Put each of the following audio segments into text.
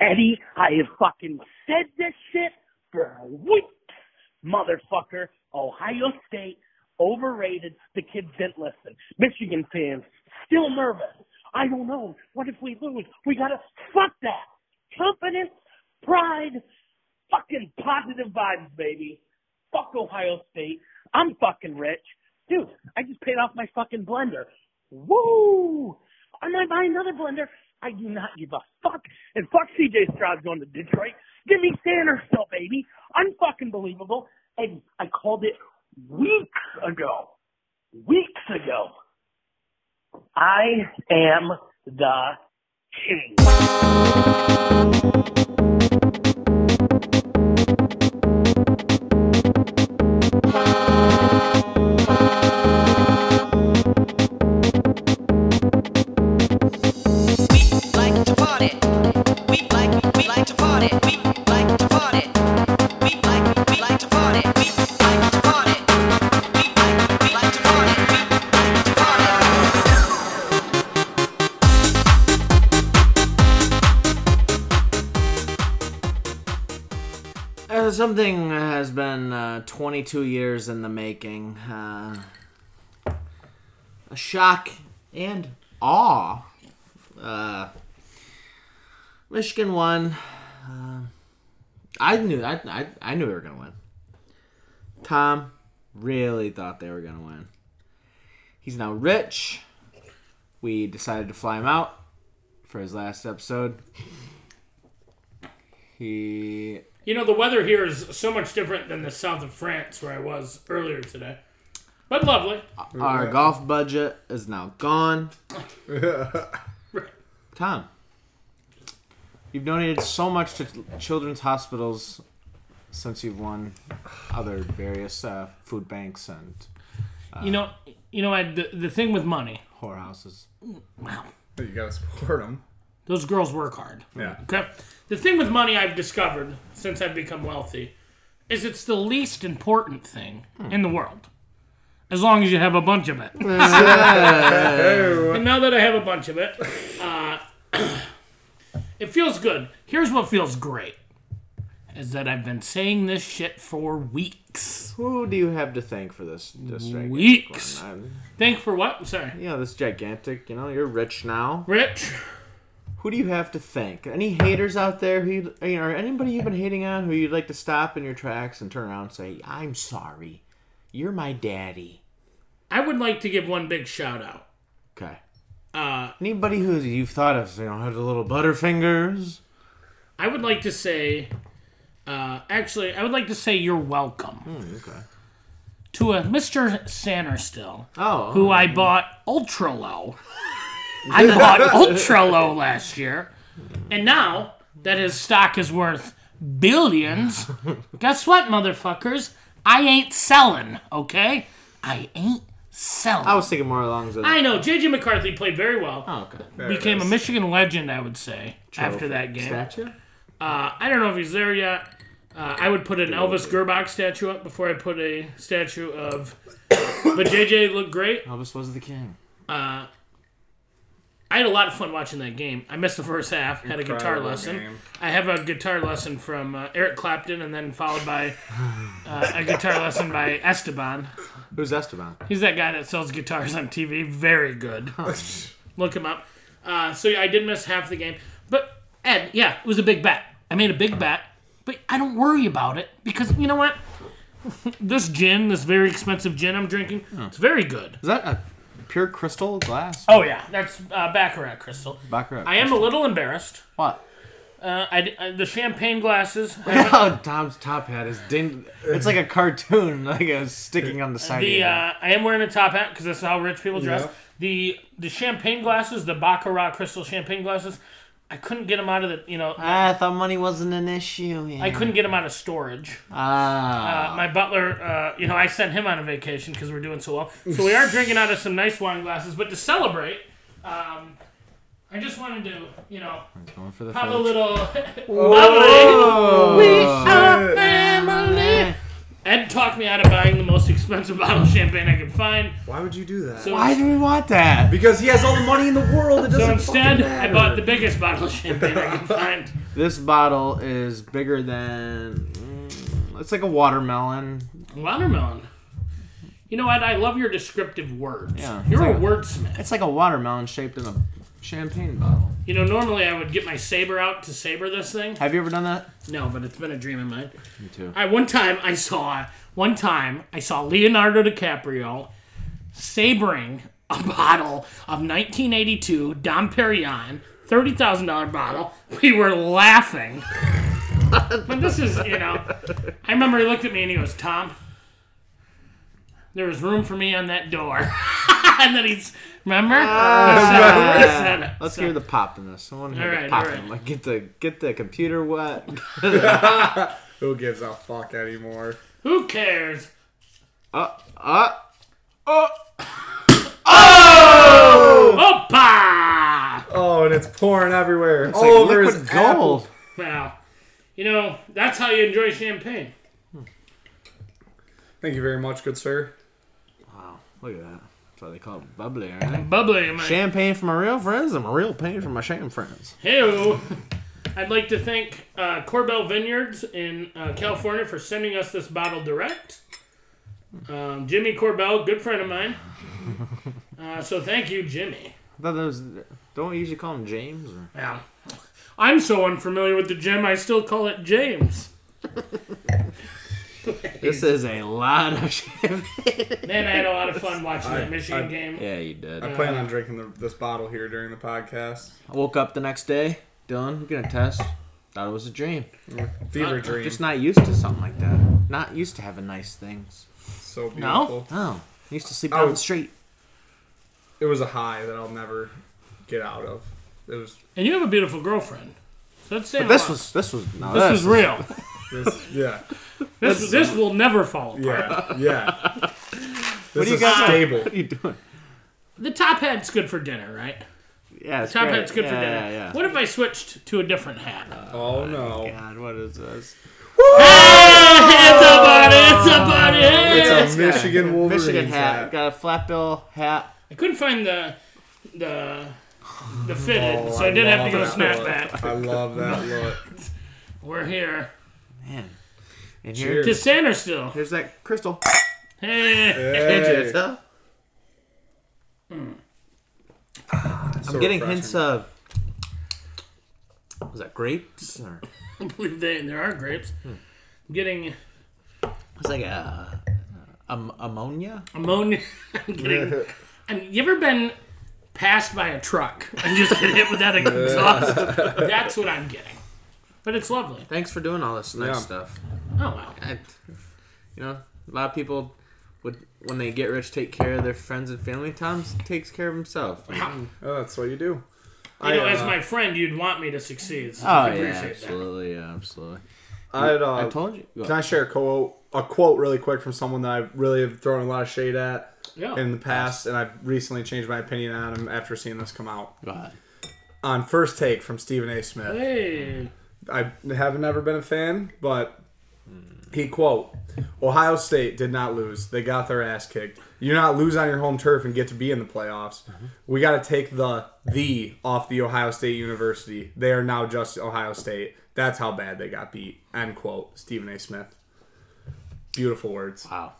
Eddie, I have fucking said this shit for weeks, motherfucker. Ohio State overrated. The kids didn't listen. Michigan fans still nervous. I don't know. What if we lose? We gotta fuck that. Confidence, pride, fucking positive vibes, baby. Fuck Ohio State. I'm fucking rich. Dude, I just paid off my fucking blender. Woo! I might buy another blender. I do not give a fuck. And fuck CJ Stroud going to Detroit. Give me Sanders still, baby. Unfucking believable. And I called it weeks ago. Weeks ago. I am the king. We like to party. We like we like to party. We like to party. We like we like to party. We like to party. We like we like to party. We like to party. Uh, something has been uh, 22 years in the making. Uh, a shock and awe. Uh, Michigan won. Uh, I knew I, I, I knew we were gonna win. Tom really thought they were gonna win. He's now rich. We decided to fly him out for his last episode. He You know, the weather here is so much different than the south of France where I was earlier today. But lovely. Our golf budget is now gone. Tom, you've donated so much to children's hospitals since you've won other various uh, food banks and you know, you know, I, the, the thing with money, whorehouses. You gotta support them. those girls work hard. Yeah. Okay. The thing with money I've discovered since I've become wealthy is it's the least important thing in the world. As long as you have a bunch of it. and now that I have a bunch of it, uh, it feels good. Here's what feels great is that I've been saying this shit for weeks. Who do you have to thank for this district? Weeks. I'm, Thank for what? I'm sorry. you know, this gigantic, you know, you're rich now. Rich, Who do you have to thank? Any haters out there who, you'd, you know, or anybody you've been hating on who you'd like to stop in your tracks and turn around and say, I'm sorry. You're my daddy. I would like to give one big shout out. Okay. Uh, Anybody who you've thought of, you know, had the little butterfingers. I would like to say, uh, actually, I would like to say you're welcome Okay. to a Mr. Sanderstill, Oh. who I bought ultra low. I bought ultra low last year, and now that his stock is worth billions, guess what, motherfuckers? I ain't selling. Okay, I ain't selling. I was thinking more along the I know JJ McCarthy played very well. Oh, okay. Became a Michigan legend, I would say, after Trophy. that game. Statue? Uh, I don't know if he's there yet. Uh, I would put an Elvis Gerbach statue up before I put a statue of. uh, But JJ looked great. Elvis was the king. I had a lot of fun watching that game. I missed the first half. Had a guitar Incredible lesson. game. I have a guitar lesson from uh, Eric Clapton, and then followed by uh, a guitar lesson by Esteban. Who's Esteban? He's that guy that sells guitars on TV. Very good. Look him up. Uh, so yeah, I did miss half the game, but Ed, yeah, it was a big bet. I made a big bet, but I don't worry about it because you know what? this gin, this very expensive gin I'm drinking, it's very good. Is that a pure crystal glass? Oh yeah, that's uh, Baccarat crystal. Baccarat. I am a little embarrassed. What? Uh, I, I- the champagne glasses, Oh, Tom's top hat is ding. It's like a cartoon, like a sticking on the side. of the your uh, I am wearing a top hat because that's how rich people dress. Yeah. The the champagne glasses, the Baccarat crystal champagne glasses, I couldn't get them out of the you know Ah, I thought money wasn't an issue. I couldn't get them out of storage. Ah. Uh, my butler, uh, you know, I sent him on a vacation because we're doing so well. So we are drinking out of some nice wine glasses. But to celebrate, um, I just wanted to, you know, Going for the Oh! uh, have a finish. little. Lovely. Oh. Ed talked me out of buying the most expensive bottle of champagne I could find. Why would you do that? So Why do we want that? because he has all the money in the world. It doesn't So fucking instead, I matter. bought the biggest bottle of champagne I could find. This bottle is bigger than. mm, It's like a watermelon. Watermelon. You know what? I love your descriptive words. Yeah. You're a It's like a- wordsmith. It's like a watermelon shaped in a champagne bottle. You know, normally I would get my saber out to saber this thing. Have you ever done that? No, but it's been a dream of mine. Me too. I one time I saw one time I saw Leonardo DiCaprio sabering a bottle of 1982 Dom Perignon, thirty thousand dollar bottle. We were laughing. but this is you know, I remember he looked at me and he goes, Tom, there was room for me on that door. and then he's remember. I said- I said it. Uh, Let's So- hear the pop in this. I want to hear All the right, pop. all right. Like get the get the computer wet. Who gives a fuck anymore? Who cares? Uh, uh, oh. Opa! Oh, and it's pouring everywhere. It's like all over his Oh, liquid apple. gold. Wow. You know, that's how you enjoy champagne. Thank you very much, good sir. Wow, look at that. That's why they call it bubbly, aren't they? Bubbly, am I? Champagne for my real friends and my real pain for my sham friends. Heyo. I'd like to thank uh, Corbell Vineyards in uh, California for sending us this bottle direct. Um, Jimmy Corbell, good friend of mine. Uh, so thank you, Jimmy. I thought that was. Don't we usually call him James? Or? Yeah. I'm so unfamiliar with the gym, I still call it James. This is a lot of champagne. Man, I had a lot of fun watching that Michigan I- game. yeah, you did. I plan on drinking the, this bottle here during the podcast. I woke up the next day. Dylan, we're gonna test. Thought it was a dream. Uh, Fever dream. Just not used to something like that. Not used to having nice things. so beautiful. Oh, I used to sleep Oh. down the street. It was a high that I'll never get out of. It was And you have a beautiful girlfriend. So let's say But this was this was no, this was real. this. yeah, This this will never fall apart. yeah, yeah. This What do you is got? stable. What are you doing? The top hat's good for dinner, right? Yeah, it's Top great. hat's good yeah, for dinner. Yeah, yeah. What if I switched to a different hat? Oh no. God, what is this? it's a body, it's a body. Oh. This It's a guy. Michigan Wolverines Michigan hat. hat. Got a flat bill hat. I couldn't find the the the fitted, Oh, so I did have to love go that snapback. look. I love that look. We're here. Man. And here, Cheers. To Santa still. here's that crystal. Hey. Hey, Digits, huh? so I'm getting refreshing. hints of. Was that grapes or? I believe they, there are grapes. I'm getting It's like a, um, uh, ammonia. ammonia. I'm getting. i you ever been passed by a truck and just get hit with that exhaust? That's what I'm getting. But it's lovely. Thanks for doing all this nice Yeah. stuff. Oh wow. I, you know, a lot of people would when they get rich take care of their friends and family. Tom takes care of himself. Mm-hmm. Oh, that's what you do. You know, I, as uh, my friend, you'd want me to succeed. So Oh I yeah, appreciate that. absolutely, yeah, absolutely. I had, uh, I told you. Can I share a quote, a quote really quick from someone that I really have thrown a lot of shade at Yeah. in the past, and I've recently changed my opinion on him after seeing this come out Go ahead. on first take from Stephen A. Smith. Hey. I have never been a fan, but he quote, "Ohio State did not lose; they got their ass kicked. You not lose on your home turf and get to be in the playoffs. We got to take the the off the Ohio State University. They are now just Ohio State. That's how bad they got beat." End quote. Stephen A. Smith. Beautiful words. Wow.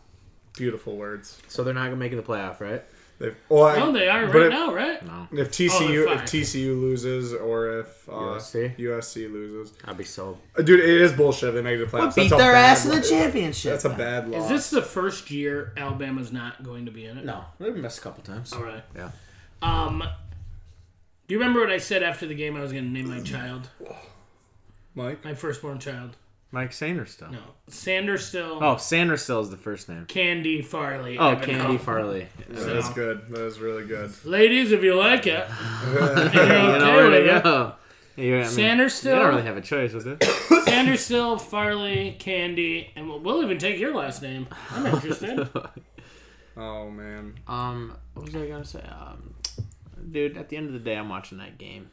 Beautiful words. So they're not gonna make it the playoff, right? They've, well, I- Oh, they are but right if, now, right? If TCU Oh, they're if fine. TCU loses or if uh, USC? USC loses, I'd be sold. Uh, dude, it is bullshit. They make the playoffs. That's a bad look. championship. That's a bad loss. Is this the first year Alabama's not going to be in it? No, they've missed a couple times. All right. Yeah. Um, do you remember what I said after the game? I was going to name my child, Mike? my firstborn child. Mike Sanderstill. No, Sanders still. Oh, Sanderstill is the first name. Candy Farley. Oh, I've been Candy called. Farley. That is good. That is really good. Ladies, if you like it, and you're You okay know where with to it. go. You're, I mean, Sanders You still? don't really have a choice with it. Sanders still, Farley, Candy, and we'll, we'll even take your last name. I'm interested. Oh man. Um, what was I gonna say? Um, dude, at the end of the day, I'm watching that game.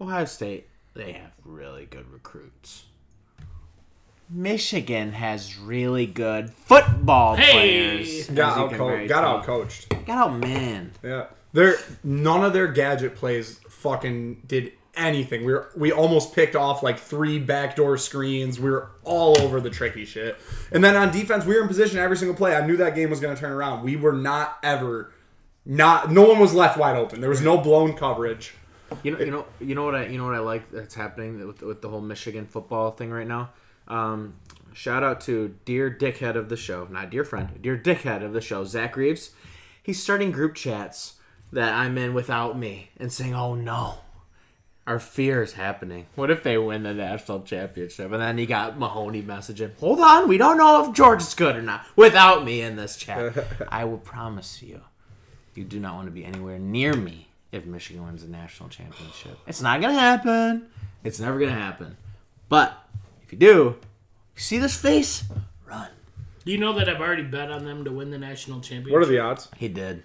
Ohio State, they have really good recruits. Michigan has really good football Hey! players. Got as you out, can co- very got tell. out coached. Got out, man. Yeah, their none of their gadget plays fucking did anything. We were we almost picked off like three backdoor screens. We were all over the tricky shit. And then on defense, we were in position every single play. I knew that game was going to turn around. We were not ever not. No one was left wide open. There was no blown coverage. You know, you know, you know what I, you know what I like that's happening with, with the whole Michigan football thing right now. Um, shout out to dear dickhead of the show, not dear friend, dear dickhead of the show, Zach Reeves. He's starting group chats that I'm in without me and saying, "Oh no, our fear is happening. What if they win the national championship?" And then he got Mahoney messaging, "Hold on, we don't know if Georgia's good or not without me in this chat." I will promise you, you do not want to be anywhere near me if Michigan wins the national championship. It's not going to happen. It's never going to happen. But if you do, see this face? Run. Do you know that I've already bet on them to win the national championship? What are the odds? He did.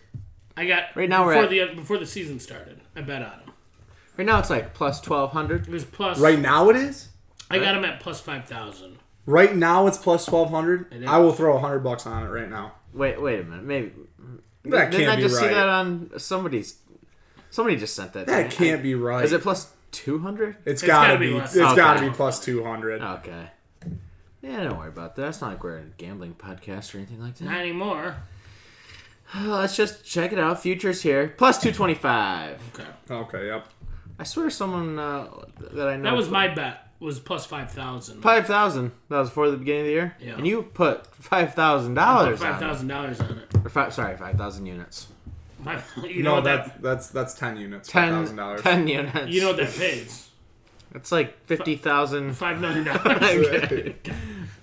I got Right now we're before at- the before the season started. I bet on them. Right now it's like plus 1200. It was plus. Right now it is. I got them at plus five thousand. Right now it's plus twelve hundred. is. I will throw hundred bucks on it right now. Wait, wait a minute. Maybe That didn't I can't be just see that right. on somebody's somebody just sent that. to That me. can't be right. Is it plus 200? It's gotta, gotta be be. less. It's gotta Okay. be plus two hundred. Okay. Yeah, don't worry about that. It's not like we're a gambling podcast or anything like that. Not anymore. Well, let's just check it out. Futures here. Plus 225. Okay. Okay. Yep. I swear someone uh, that I know. That was my bet. Was plus five thousand. Five thousand. That was before the beginning of the year. Yeah. And you put five thousand dollars on Five it. thousand dollars on it. Or five, sorry, five thousand units. My- you know No, what that, that that's that's ten units. Ten thousand Ten, dollars. 10 units. You know what that pays. it's like fifty thousand. Five million dollars.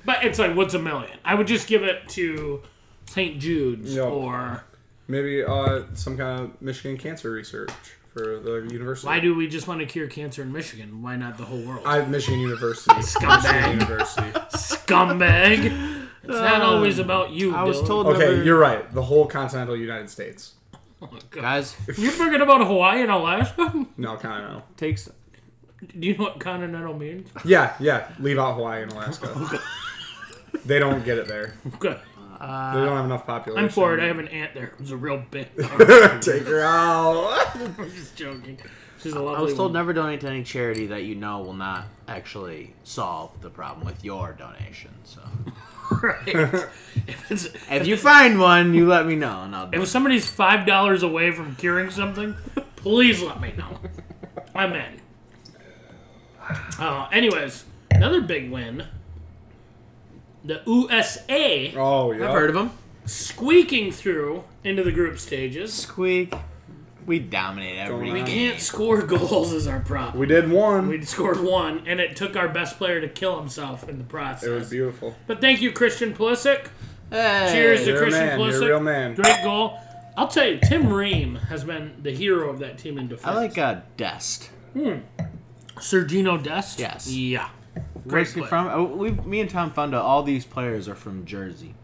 but it's like what's a million? I would just give it to St. Jude's No. or Maybe uh, some kind of Michigan cancer research for the university. why do we just want to cure cancer in Michigan? Why not the whole world? I Michigan University. Michigan University. Scumbag. It's not always about you. Uh, I was Dylan. told. Okay, number- you're right. The whole continental United States. guys You forget about Hawaii and Alaska? No, continental. takes. Do you know what continental means? Yeah, yeah. Leave out Hawaii and Oh, Alaska. they don't get it there. Okay. They don't have enough population. Uh, I'm for it. I have an aunt there who's a real bitch. Take her out. I'm just joking. She's a I lovely was told woman. never donate to any charity that you know will not actually solve the problem with your donation. So Right. if, it's, if you find one, you let me know, and I'll. Do if somebody's five dollars away from curing something, please let me know. I'm in. Uh, anyways, another big win. The USA Oh yeah. I've heard of them. squeaking through into the group stages. Squeak. We dominate every We game. Can't score goals is our problem. We did one. We scored one, and it took our best player to kill himself in the process. it was beautiful. But thank you, Christian Pulisic. Hey. Cheers to You're a Christian man. Pulisic. You're a real man. Great goal. I'll tell you, Tim Ream has been the hero of that team in defense. I like uh, Dest. Sergino Dest. Yes. Yeah. Great Where's he player. from? Oh, we, me and Tom found out all these players are from Jersey,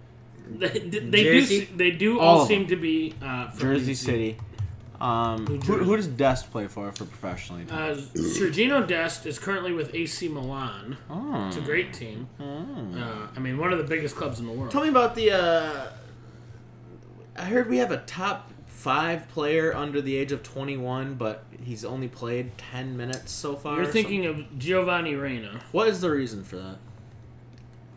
They, they do. Jersey? se- They do All all, of seem them. to be uh, from Jersey New City. Um, New who, Jersey. who does Dest play for for professionally? Uh, Sergino Dest is currently with AC Milan. Oh. It's a great team. Uh, I mean, one of the biggest clubs in the world. Tell me about the. Uh, I heard we have a top five player under the age of twenty one, but he's only played ten minutes so far. You're or thinking of Giovanni Reyna. something. what is the reason for that?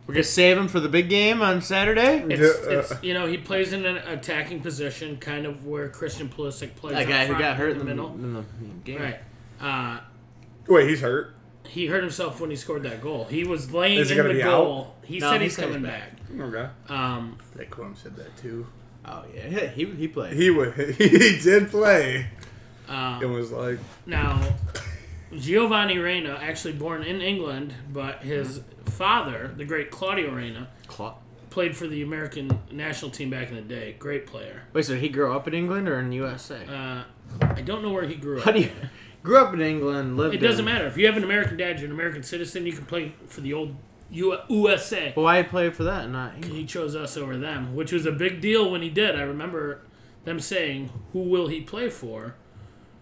We're gonna save him for the big game on Saturday. It's, Yeah, uh, it's you know he plays in an attacking position, kind of where Christian Pulisic plays. That up guy who front got hurt in the middle. in the game. Right. Uh, Wait, he's hurt. he hurt himself when he scored that goal. He was laying Is he in gonna the be goal. He No, said he he's said he's coming back. back. Okay. Um, That Quam said that too. Oh yeah, he he played. He would. He did play. uh, It was like now, Giovanni Reyna, actually born in England, but his father, the great Claudio Reyna, Cla- played for the American national team back in the day. Great player. Wait, so did he grow up in England or in USA? Uh, I don't know where he grew up. How do you grew up in England? Lived. It doesn't in- matter if you have an American dad, you're an American citizen. You can play for the old U- USA. But why play for that and not England? He chose us over them, which was a big deal when he did. I remember them saying, "Who will he play for?"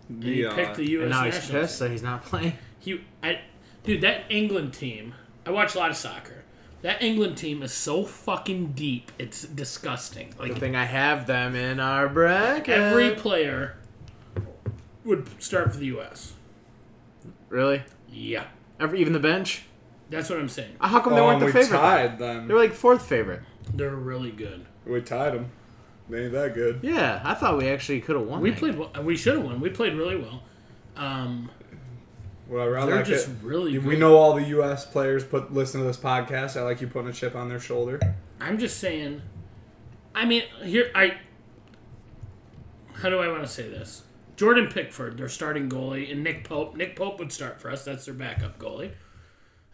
And he Yeah. picked the U.S. And now he's national pissed team. that he's not playing. He, I, dude, that England team. I watch a lot of soccer. That England team is so fucking deep. It's disgusting. Like Good thing I have them in our bracket. every player would start for the U.S. really, Yeah, every even the bench. Uh, that's what I'm saying. How come they Oh, weren't and the we favorite? tied them. They were like fourth favorite. They're really good. We tied them. They ain't that good. Yeah, I thought we actually could have won. We that played. Well, we should have won. We played really well. Um, Well, I they're like just it. really. We good. know all the U.S. players put listen to this podcast. I like you putting a chip on their shoulder. I'm just saying. I mean, here I. How do I want to say this? Jordan Pickford, their starting goalie, and Nick Pope. Nick Pope would start for us. That's their backup goalie.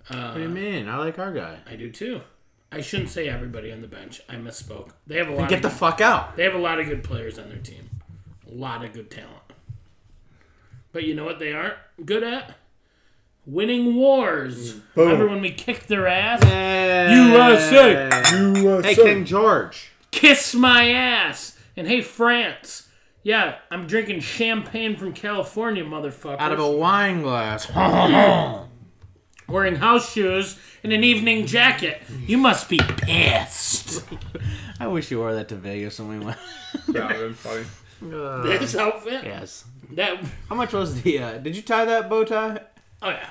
What do you mean? I like our guy. I do too. I shouldn't say everybody on the bench. I misspoke. They have a lot. Get of the good- fuck out. they have a lot of good players on their team. A lot of good talent. But you know what they aren't good at? Winning wars. Mm. Remember when we kicked their ass? USA. USA. Hey, King George. Kiss my ass. And hey, France. Yeah, I'm drinking champagne from California, motherfucker. Out of a wine glass. wearing house shoes and an evening jacket. You must be pissed. I wish you wore that to Vegas when we went. That would've been funny. this outfit. yes. That. How much was the? Uh, did you tie that bow tie? Oh yeah.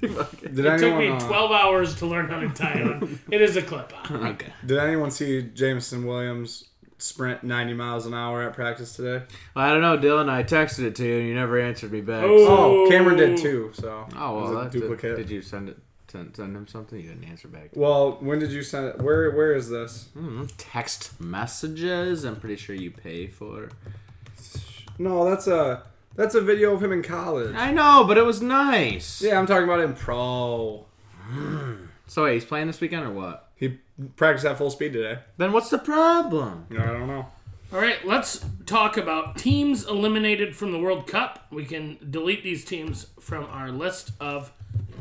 Did It took me anyone, uh, 12 hours to learn how to tie on. it is a clip on. Okay. Did anyone see Jameson Williams sprint 90 miles an hour at practice today? Well, I don't know, Dylan. I texted it to you, and you never answered me back. Oh. Oh, Cameron did too. So Oh, it was well, a that's a- duplicate. did you send it? Send, send him something? You didn't answer back. Well, when did you send it? Where Where is this? Hmm? Text messages. I'm pretty sure you pay for. No, that's a that's a video of him in college. I know, but it was nice. Yeah, I'm talking about him pro. So wait, he's playing this weekend or what? He practiced at full speed today. Then what's the problem? No, I don't know. All right, let's talk about teams eliminated from the World Cup. We can delete these teams from our list of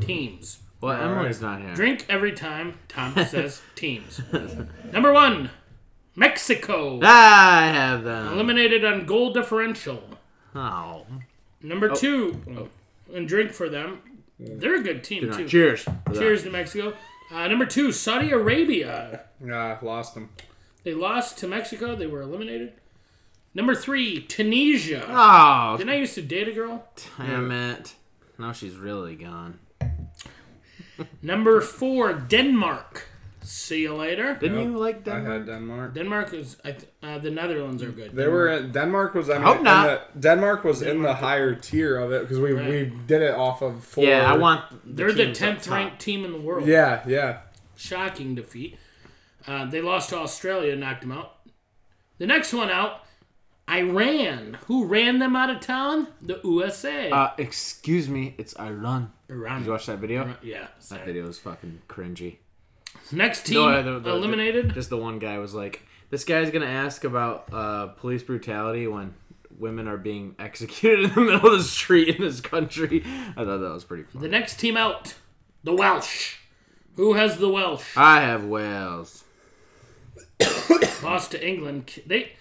teams. Well, Emily's not here. Drink every time Tom says teams. Number one, Mexico. Ah, I have them. Eliminated on goal differential. Oh. Number two, and drink for them. They're a good team, too. Cheers. Cheers to Mexico. Uh, number two, Saudi Arabia. Yeah, I lost him. They lost to Mexico. They were eliminated. Number three, Tunisia. Oh, Didn't I used to date a girl? damn it. Now she's really gone. Number four, Denmark. See you later. Didn't you like I Denmark? had Denmark. Denmark is. I th- uh, the Netherlands are good. They were in, Denmark was I mean, hope not. In the, Denmark was in the higher tier of it because we, we did it off of four. Yeah, I want. The They're the teams up tenth top. ranked team in the world. Yeah, yeah. Shocking defeat. Uh, they lost to Australia, knocked them out. The next one out, Iran. Who ran them out of town? The USA. Uh, excuse me, it's Iran. Iran. Did you watch that video? Yeah. sorry. That video was fucking cringy. Next team No, uh, the- the- the- eliminated. just the one guy was like, "This guy's gonna ask about uh, police brutality when women are being executed in the middle of the street in this country." I thought that was pretty The funny. next team out, the Welsh. Who has the Welsh? I have Wales. Lost to England. They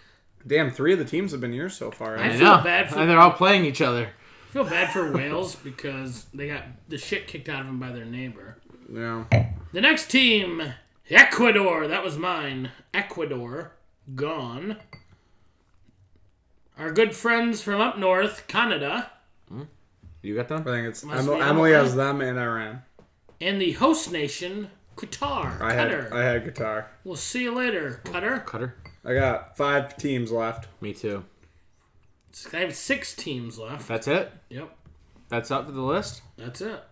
Damn, three of the teams have been yours so far. I I feel know, bad for and they're all playing each other. feel bad for Wales because they got the shit kicked out of them by their neighbor. Yeah. The next team, Ecuador. That was mine. Ecuador gone. Our good friends from up north, Canada, You got I them? think it's Must Emily, be Emily Emily. has them and Iran. and the host nation, Qatar. I had Qatar. I had guitar. We'll see you later, Qatar. Cutter. I got five teams left. Me too. I have six teams left. That's it. Yep, That's up for the list. that's it.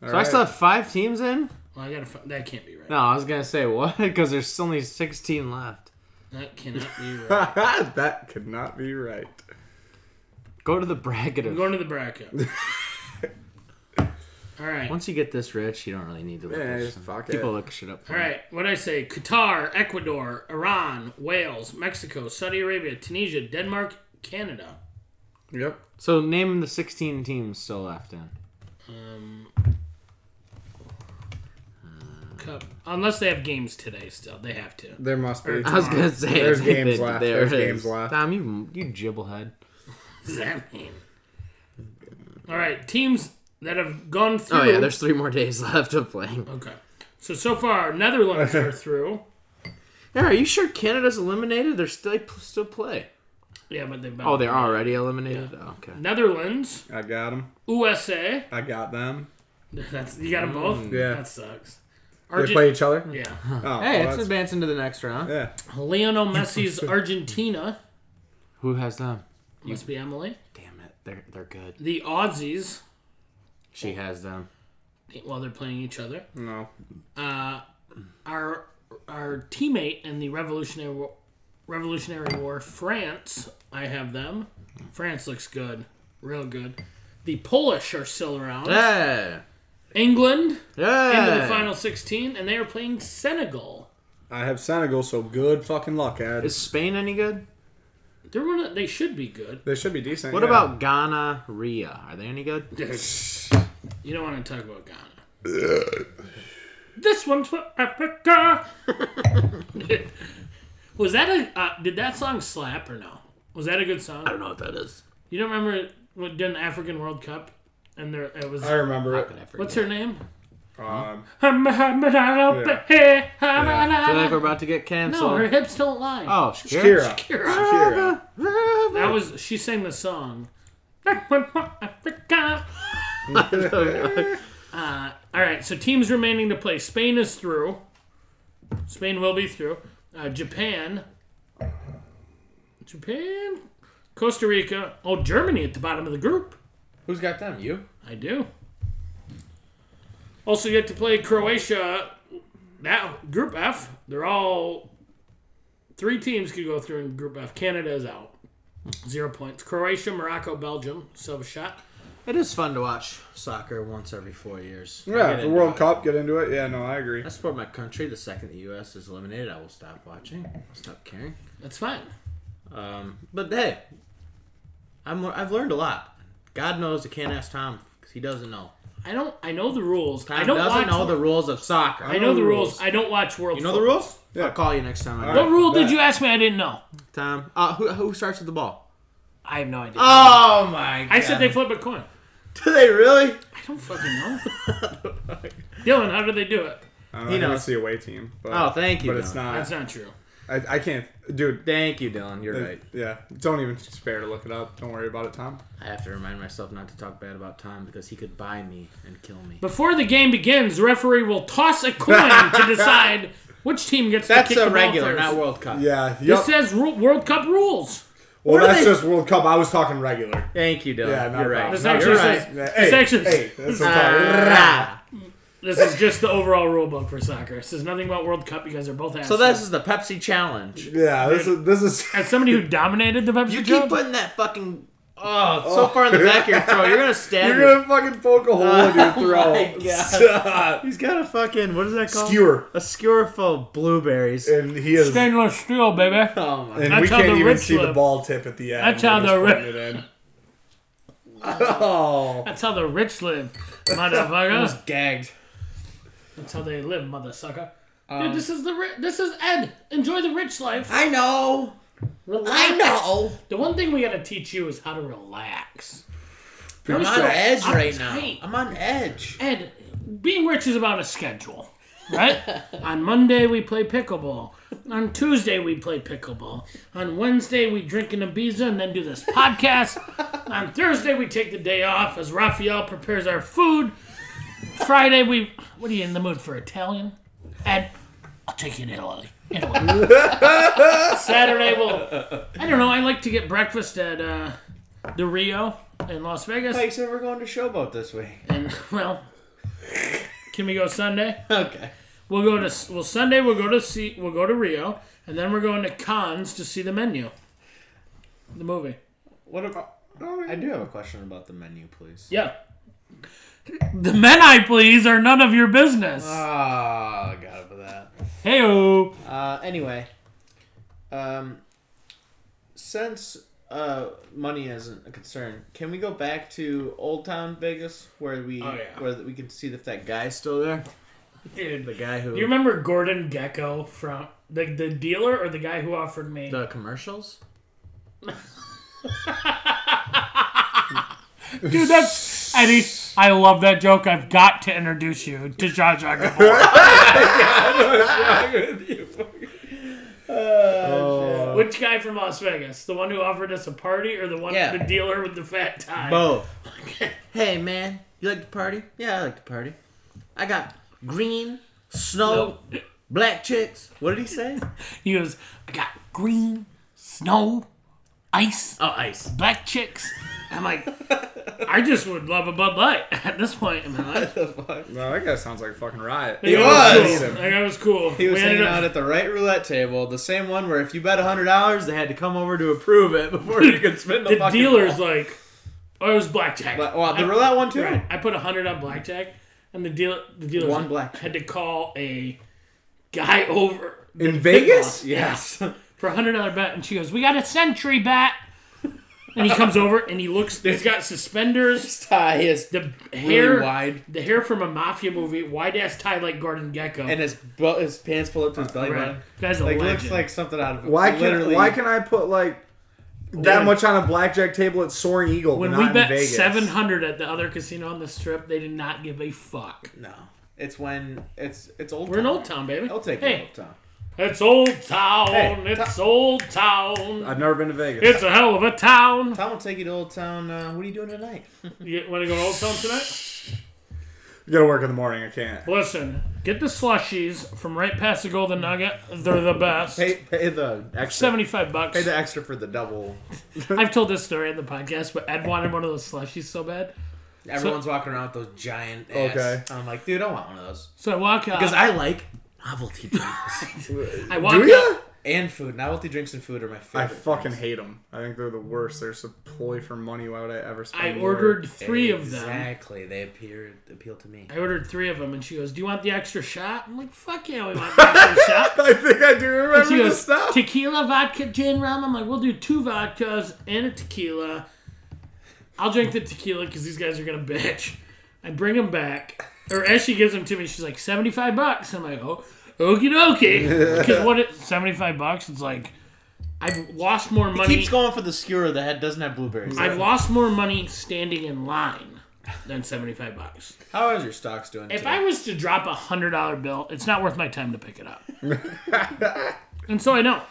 All So I still have five teams in. Well, I gotta. fi- That can't be right. No, I was gonna say what because there's still only sixteen left. That cannot be right. right. that could not be right. Go to the bracket. I'm Of, going to the bracket. All right. All once you get this rich, you don't really need to look. Yeah, this just fuck it. People look shit up. For right. What I say? Qatar, Ecuador, Iran, Wales, Mexico, Saudi Arabia, Tunisia, Denmark, Canada. Yep. So name the 16 teams still left in. Um, cup. Unless they have games today, still they have to. There must be. I was gonna say Uh, There's I games think left. there There's it games is. left. Tom, you you jibblehead. What does that mean? All right. Teams that have gone through. Oh yeah, there's three more days left of playing. Okay. So so far, Netherlands are through. Yeah, are you sure Canada's eliminated? They're still they pl- still play. Yeah, but they've been. Oh, they're already eliminated. Oh, okay. Netherlands, I got them. USA. I got them. That's you got them both. Mm, Yeah. that sucks. They play Argent- each other. yeah, Oh, Hey, well, it's that's- advancing to the next round. yeah. Lionel Messi's Argentina Who has them? must be Emily. Damn it, they're they're good. The Aussies, She has them. while they're playing each other, No. our our teammate in the Revolutionary War, Revolutionary War, France. I have them. France looks good, real good. The Polish are still around. Yeah, England yeah. into the final sixteen, and they are playing Senegal. I have Senegal, so good fucking luck, Ed. Is Spain any good? They're one of- they should be good. they should be decent. What yeah. about Ghana, Ria? Are they any good? You don't want to talk about Ghana. this one's for Africa. was that a? Uh, did that song slap or no? Was that a good song? don't know what that is. You don't remember when did an African World Cup and there it was. I remember it. What's her name? Um, Yeah. I feel like we're about to get No, canceled. her hips don't lie. oh, Shakira. Kira. Shakira. That was she sang the song. Uh, That one for Africa. All right, so teams remaining to play. Spain is through. Spain will be through. Uh, Japan. Japan. Costa Rica. Oh, Germany at the bottom of the group. Who's got them? You? I do. Also, get to play Croatia. Now, Group F. They're all. Three teams could go through in Group F. Canada is out. Zero points. Croatia, Morocco, Belgium. Still have a shot. It is fun to watch soccer once every four years. Yeah, Get the into World it. Cup, get into it. Yeah, no, I agree. I support my country. The second the U.S. is eliminated, I will stop watching. I'll stop caring. That's fine. Um, but hey, I'm I've learned a lot. God knows I can't ask Tom because he doesn't know. I don't. I know the rules. Tom I don't doesn't watch. know the rules of soccer. I know the rules. I don't watch World. You know the football. rules? Oh. Yeah. I'll call you next time. I All What right. go. rule did Bet. you ask me? I didn't know. Tom, uh, who who starts with the ball? I have no idea. Oh my! God. I said they flip a coin. Do they really? I don't fucking know. Dylan, how do they do it? I don't He know. I think knows. It's the away team. But, Oh, thank you, But it's Dylan. not. That's not true. I, I can't, dude. Uh, Thank you, Dylan. You're right. Yeah, don't even spare to look it up. Don't worry about it, Tom. I have to remind myself not to talk bad about Tom because he could buy me and kill me. Before the game begins, the referee will toss a coin to decide which team gets That's to kick a the ball regular, first. not World Cup. Yeah, This yep. says Ru- World Cup rules. well, what are that's they- just World Cup. I was talking regular. Thank you, Dylan. Yeah, no you're right. problem. This No, actually you're says right. Yeah, This hey, actually- hey, that's what I'm talking about. Ah. this is just the overall rule book for soccer. It says nothing about World Cup because they're both assholes. So this is the Pepsi challenge. Yeah, this is this is. as somebody who dominated the Pepsi You keep Cup, putting that fucking oh it's so far in the back of your throat. You're gonna stab. You're gonna fucking poke a hole in your Oh my throat. God. Stop. He's got a fucking what is that called? Skewer, A skewer full of blueberries. and he is, and stainless steel, baby. Oh my! we That's how can't the even rich see the live. ball tip at the end. That's how We're the just putting rich- it in. Oh, That's how the rich live, motherfucker. gagged. That's how they live, mother sucker. Dude, this is the ri- this is Ed. Enjoy the rich life. Um, I know. Relax. I know. The one thing we gotta teach you is how to relax. I'm You're on so edge right uptight. now. I'm on edge. Ed, being rich is about a schedule, right? on Monday we play pickleball. On Tuesday we play pickleball. On Wednesday we drink an Ibiza and then do this podcast. on Thursday we take the day off as Raphael prepares our food. Friday we what are you in the mood for Italian? Ed, I'll take you to Italy. Italy. Saturday we'll I don't know, I like to get breakfast at uh, the Rio in Las Vegas. Mike said we're going to Showboat this week. And well, can we go Sunday? Okay. We'll go to well Sunday. We'll go to see. We'll go to Rio, and then we're going to Cannes to see the menu, the movie. What about? I do have a question about the menu, please. Yeah. The men I please are none of your business. Ah, God for that. Heyo. Uh, anyway, um, since uh, money isn't a concern, can we go back to Old Town Vegas where we Oh, yeah. where we can see if that guy's still there? The Dude, guy who you remember Gordon Gecko from the the dealer or the guy who offered me? the commercials? Dude, that's Eddie. I love that joke. I've got to introduce you to Zsa Zsa Gabor. Oh. Oh. Which guy from Las Vegas? The one who offered us a party, or the one Yeah. the dealer with the fat tie? Both. hey man, you like to party? Yeah, I like to party. I got green, snow, black chicks. What did he say? He goes, I got green snow, ice, Oh, ice. black chicks. I'm like, I just would love a Bud Light at this point in my life. Well, Oh, that guy sounds like a fucking riot. He was. cool. That guy was cool. He was We ended hanging up- out at the right roulette table, the same one where if you bet hundred dollars, they had to come over to approve it before you could spend the, the fucking dealer's ball. like, oh, it was blackjack. But- well, the I- roulette one too. Right. I put a hundred on blackjack, and the deal the dealer One blackjack. had to call a guy over In Vegas? Yes. Dude, for a hundred dollar bet, and she goes, "We got a century bet." And he comes over and he looks. He's got suspenders, His tie is the hair, really wide, the hair from a mafia movie, wide ass tie like Gordon Gecko. and his bu- his pants pulled up to his belly Right. button. Guy's a Like legend. looks like something out of Why can literally. why can I put like that Dude. much on a blackjack table at Soaring Eagle? when but we not in bet Vegas? seven hundred at the other casino on the strip, they did not give a fuck. no? It's when it's it's old. We're in town. Old Town, baby. I'll take hey, it. Old town. It's Old Town. Hey, it's Old Town. I've never been to Vegas. It's a hell of a town. Tom will take you to Old Town. Uh, what are you doing tonight? You want to go to Old Town tonight? you gotta work in the morning. I can't. Listen, get the slushies from right past the Golden Nugget. They're the best. Pay, pay the extra. Seventy-five bucks. Pay the extra for the double. I've told this story on the podcast, but Ed wanted one of those slushies so bad. Everyone's walking around with those giant. Ass. Okay. I'm like, dude, I want one of those So I walk up. because I like novelty drinks I walk Do up. ya? and food. Novelty drinks and food are my I favorite. fucking hate them. I think they're the worst. They're just a ploy for money. Why would I ever spend? I more? ordered three of them. Exactly. They appear appeal to me. I ordered three of them, and she goes, "Do you want the extra shot?" I'm like, "Fuck yeah, we want the extra shot." I think I do She remember this goes, stuff. tequila, vodka, gin, rum. I'm like, we'll do two vodkas and a tequila. I'll drink the tequila because these guys are gonna bitch. I bring them back, or as she gives them to me, she's like, seventy five bucks. I'm like, oh, okie dokie. Because what? It, seventy five bucks? It's like I've lost more money. Keeps going for the skewer that had- doesn't have blueberries. I've lost more money standing in line than seventy five bucks. How is your stocks doing? If today? I was to drop a hundred dollar bill, it's not worth my time to pick it up. and so I don't.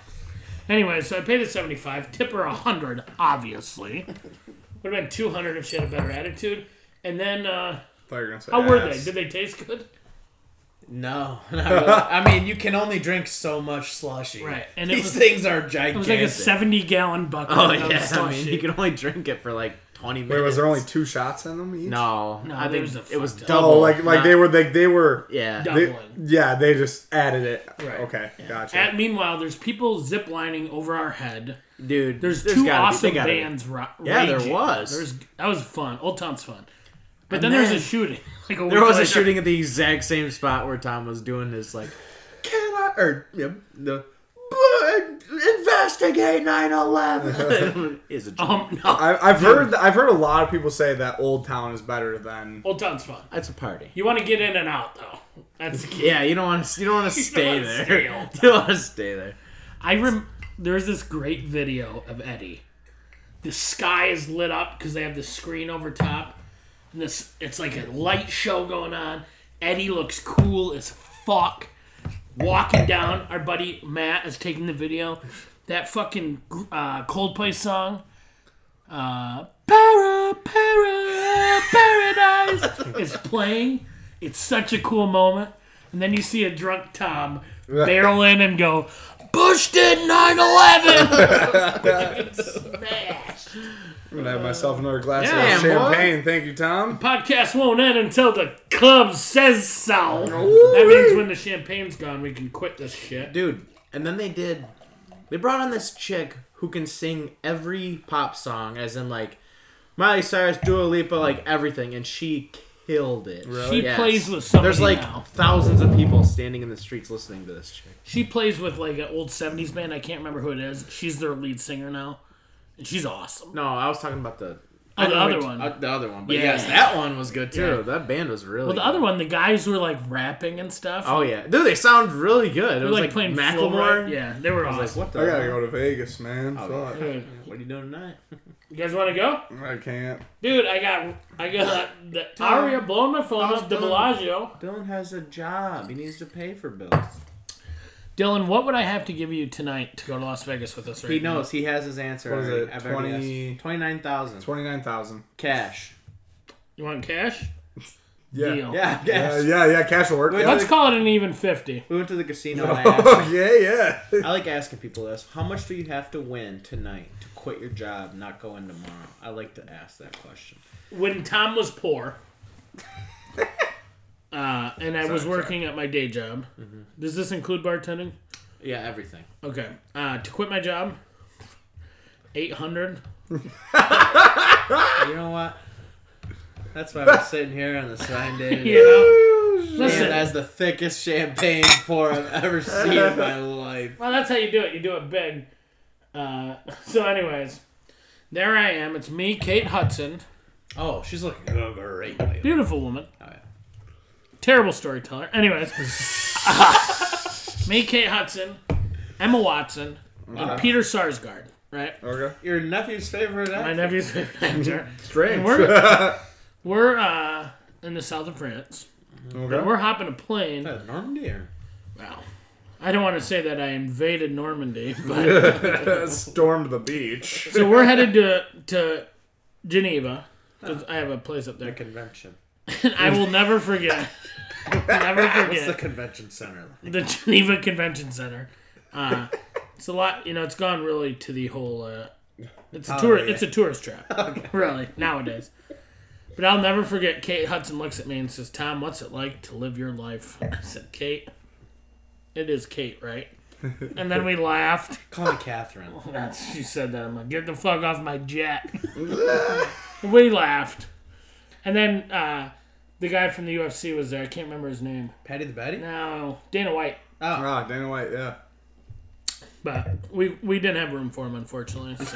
Anyway, so I paid the seventy five, tip her a hundred, obviously. Would have been two hundred if she had a better attitude. And then uh, Thought you were gonna say how were they? ass. Did they taste good? no, not really. I mean, you can only drink so much slushy. Right, and it These was- things are gigantic. It was like a seventy gallon bucket Oh of yeah. I mean, slushy. you can only drink it for like twenty minutes. Wait, was there only two shots in them? Each? No, No, I there think was a it was fuck ton. Oh, double. like like not- they were like they were. Yeah. Double. They, Doubling. yeah, they just added it. Right. Okay, gotcha. At, meanwhile, there's people zip lining over our head. Dude, There's, two gotta be- awesome they gotta be. bands. Ro- Yeah, there raging. was. There's that was fun. Old Town's fun, but And then, there's then- a shooting. Like a There week was a later. shooting at the exact same spot where Tom was doing his like, can I or yeah, the but investigate 9/11 is a joke. Um, no, I, I've heard I've heard a lot of people say that Old Town is better than. Old Town's fun. That's a party. You want to get in and out though. That's the key. Yeah, you don't want to. You don't want to stay wanna there. stay all you the don't want to stay there. I rem. There's this great video of Eddie. The sky is lit up because they have this screen over top, and this it's like a light show going on. Eddie looks cool as fuck. Walking down, our buddy Matt is taking the video. That fucking uh, Coldplay song, uh, "Para Para Paradise," is playing. It's such a cool moment. And then you see a drunk Tom barrel in and go, Bush did 9 11! Smash! I'm gonna have myself another glass Yeah, of boy. champagne. Thank you, Tom. Podcast won't end until the club says so. That means when the champagne's gone, we can quit this shit. dude. And then they did. They brought on this chick who can sing every pop song, as in like Miley Cyrus, Dua Lipa, like everything, and she killed it. She Yes. plays with somebody There's like now. thousands of people standing in the streets listening to this chick. She plays with like an old 70s band. I can't remember who it is. She's their lead singer now. And she's awesome. No, I was talking about the. Oh, the I know other which- one. uh, the other one, but Yeah. yes, that one was good too. Yeah. That band was really. Well, the other one, the guys were like rapping and stuff. Oh yeah, dude, they sound really good. It was they were like, like, playing Macklemore. Macklemore. Yeah, they were I was like, awesome. what the? Oh, I gotta go to Vegas, man. Fuck. Dude, What are you doing tonight? You guys want to go, I can't. dude? I got I got the Aria blowing my phone up. De done. Bellagio. Dylan has a job. He needs to pay for bills. Dylan, what would I have to give you tonight to go to Las Vegas with us? Right He now? knows. He has his answer. What was already. it? I've already 20 asked. 29,000 29,000. cash. You want cash? Yeah. Deal. Yeah, Uh, cash. yeah, yeah, cash will work. Wait, yeah. Let's call it an even fifty. We went to the casino and I asked. Oh, yeah, yeah. I like asking people this. How much do you have to win tonight to quit your job, not go in tomorrow? I like to ask that question. When Tom was poor, uh, and I was working at my day job. Does this include bartending? Yeah, everything. Okay. Uh, to quit my job, eight hundred. You know what? That's why we're sitting here on the sign day. You know. Listen, And that's the thickest champagne pour I've ever seen in my life. Well, that's how you do it. You do it big. Uh, so, anyways, there I am. It's me, Kate Hudson, Oh, she's looking great. lately. beautiful woman, Oh, yeah. terrible storyteller. Anyways, me, Kate Hudson, Emma Watson, and Peter Sarsgaard. Right, Okay. Your nephew's favorite my actor. nephew's favorite actor. Strange. We're we're uh, in the south of France. Okay. We're hopping a plane. Uh, Normandy or? Wow. I don't want to say that I invaded Normandy, but Stormed the beach. so we're headed to to Geneva. 'cause I have a place up there. The convention. I will never forget. never It's the forget convention center. the Geneva Convention Center. Uh, it's a lot. You know, it's gone really to the whole. Uh, it's a tour. Oh, yeah. It's a tourist trap. Really nowadays. But I'll never forget. Kate Hudson looks at me and says, "Tom, what's it like to live your life?" I said, "Kate, it is Kate, right?" And then we laughed. Call me Catherine. And she said that. I'm like, "Get the fuck off my jet." we laughed. And then uh, the guy from the UFC was there. I can't remember his name. Patty the Betty? No, Dana White. Ah, Dana White, yeah. But we we didn't have room for him, unfortunately. So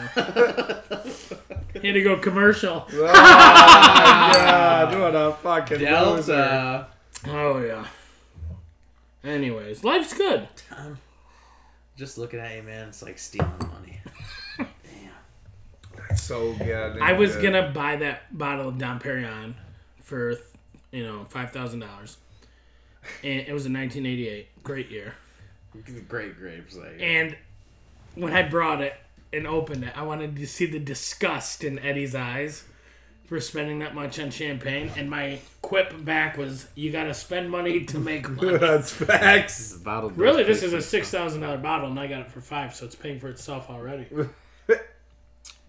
he had to go commercial. Ah. God, Ah, what a fucking loser. Delta. Oh yeah. Anyways, life's good. Just looking at you, man. It's like stealing money. So goddamn I was good. gonna buy that bottle of Dom Perignon for you know five thousand dollars, and it was in 1988. Great year. Great grapes, like. And when I brought it and opened it, I wanted to see the disgust in Eddie's eyes for spending that much on champagne. And my quip back was, "You gotta spend money to make money." That's facts. Bottled Really, this is a six thousand dollar bottle, and I got it for five, so it's paying for itself already.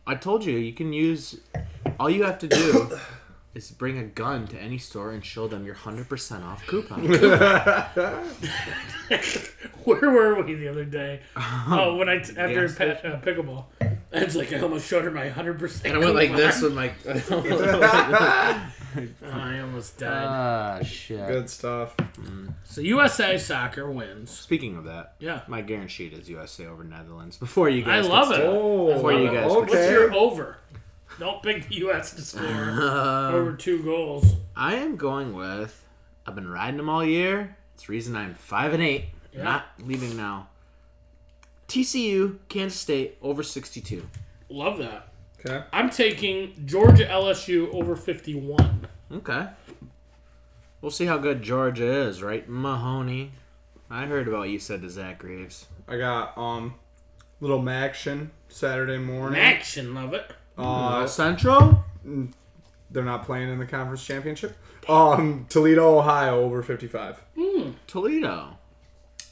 I told you, you can use. All you have to do is bring a gun to any store and show them your 100% off coupon. Where were we the other day? Um, Oh, when I t- after pet, uh, pickleball, it's like I almost showed her my hundred percent. I went like this with my. I almost died. Ah, shit. Good stuff. so USA soccer wins. Speaking of that, Yeah, my guarantee is USA over Netherlands. Before you I guys. love it. Oh, Before you guys could What's okay. your over? Don't pick the U.S. to score over two goals. I am going with. I've been riding them all year. It's the reason I'm 5 and 8. Not leaving now. TCU, Kansas State, over 62. Love that. okay. I'm taking Georgia LSU over 51. Okay. We'll see how good Georgia is, right, Mahoney? I heard about what you said to Zach Graves. I got um little Maction Saturday morning. Action, love it. Uh, Central? they're not playing in the conference championship. Um, Toledo, Ohio, over fifty-five. Toledo.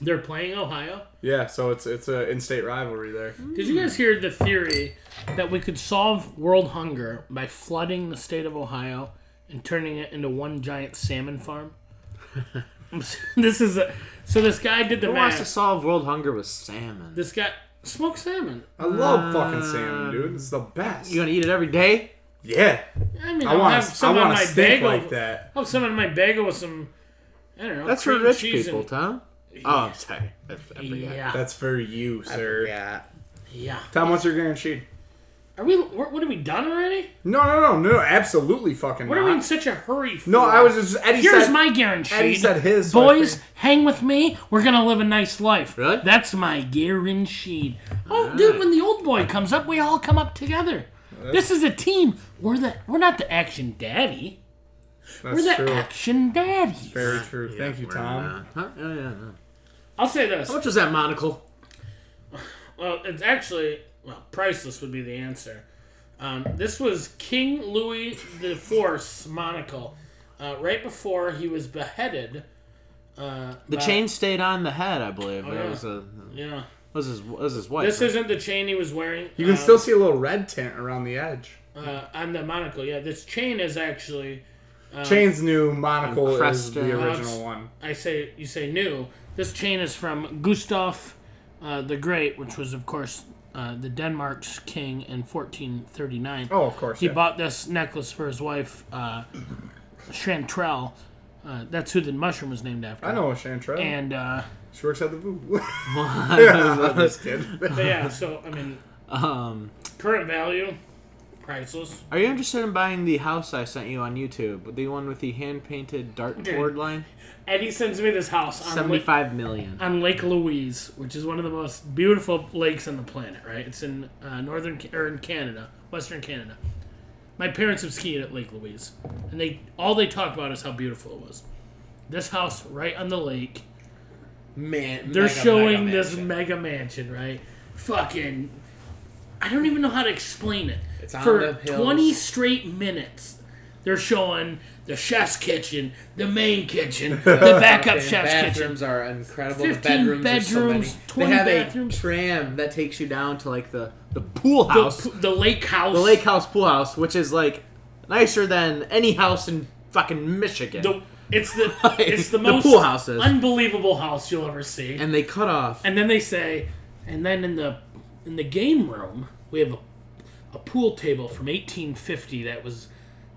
They're playing Ohio. Yeah, so it's it's a in-state rivalry there. Did you guys hear the theory that we could solve world hunger by flooding the state of Ohio and turning it into one giant salmon farm? this is a, so. This guy did the Who wants to math. solve world hunger with salmon? This guy smoked salmon. I love fucking Uh, salmon, dude. It's the best. you gonna eat it every day? yeah, I mean, I I'll have want I some on want my a steak bagel. like that. I'll have some on my bagel with some. I don't know. That's for cream rich cheese people, and- Tom. Oh, I'm sorry. I, I forgot. Yeah, That's for you, sir. Yeah. yeah. Tom, what's your guaranteed? Are we? What, what are we done already? No, no, no, no, absolutely fucking What not. are we in such a hurry for? no, I was just Eddie Here's said. my guarantee. Eddie said his, so I Boys, figured- hang with me. We're gonna live a nice life. Really? That's my guarantee. Oh, dude, when the old boy comes up, we all come up together. This is a team. We're the we're not the action daddy. That's we're the true. action daddy. Very true. Thank you, We're Tom. not. Huh? Oh, yeah, no. I'll say this. How much was that monocle? Well, it's actually well, priceless would be the answer. Um, this was King Louis the Fourth's monocle, uh, right before he was beheaded. Uh, The by- chain stayed on the head, I believe. Oh, It yeah. was a Yeah. was his was his wife. This right? isn't the chain he was wearing. You can um, still see a little red tint around the edge. uh, on the monocle. Yeah, this chain is actually. Um, Chain's new monocle is Cresta. the original one. I say you say new. This chain is from Gustav uh, the Great, which was of course uh, the Denmark's king in 1439. Oh, of course. He yeah. bought this necklace for his wife, uh, Chantrell. Uh, that's who the mushroom was named after. I know a Chantrell. And uh, she works at the Boo. I I'm just kidding. but yeah, so I mean, um, current value, priceless. are you interested in buying the house I sent you on YouTube? The one with the hand painted dartboard line? Eddie sends me this house Um, on Seventy Lake, five million. on Lake Louise, which is one of the most beautiful lakes on the planet. Right? It's in uh, northern Ca- or in Canada, Western Canada. My parents have skied at Lake Louise, and they all they talk about is how beautiful it was. This house right on the lake Man, They're showing this mega mansion, right? Fucking, I don't even know how to explain it. It's on For the hills. twenty straight minutes, they're showing the chef's kitchen, the main kitchen, the backup chef's kitchen. bathrooms are incredible. The 15 bedrooms, are so many. bedrooms, 20 they have bathrooms. a tram that takes you down to like the the pool The, house, p- the lake house. the lake house pool house, which is like nicer than any house in fucking Michigan. The- it's the it's the The most pool houses. unbelievable house you'll ever see. and they cut off. And then they say, and then in the in the game room we have a, a pool table from 1850 that was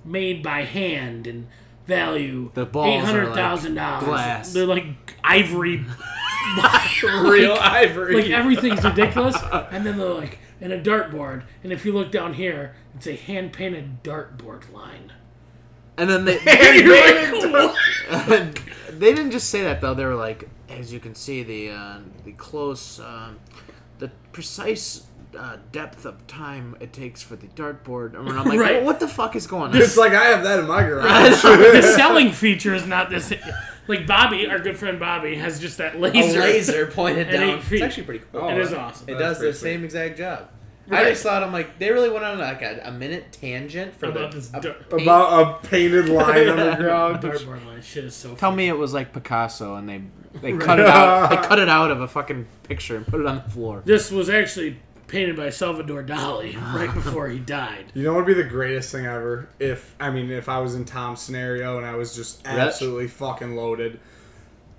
made by hand and value The balls are, like, $800,000. glass. They're like ivory, Real ivory. like everything's ridiculous. And then they're like and a dartboard. And if you look down here, it's a hand painted dartboard line. And then they You're like, "What?" they didn't just say that though. They were like, as you can see, the uh, the close, um the precise uh, depth of time it takes for the dartboard. And I'm like, Right. "Well, what the fuck is going on? it's like I have that in my garage. the selling feature is not this. Like Bobby, our good friend Bobby, has just that a laser pointed At eight down. feet. It's actually pretty cool. Oh, It is that's- awesome. It that's does the pretty sweet. same exact job. Right. I just thought I'm like they really went on like a, a minute tangent for About the, this a dirt- paint- About a painted line on the ground. Dartboard line shit is so Tell me it was like Picasso, and they they cut it out. They cut it out of a fucking picture and put it on the floor. This was actually painted by Salvador Dali right before he died. You know what would be the greatest thing ever? If I mean, if I was in Tom's scenario and I was just absolutely fucking loaded,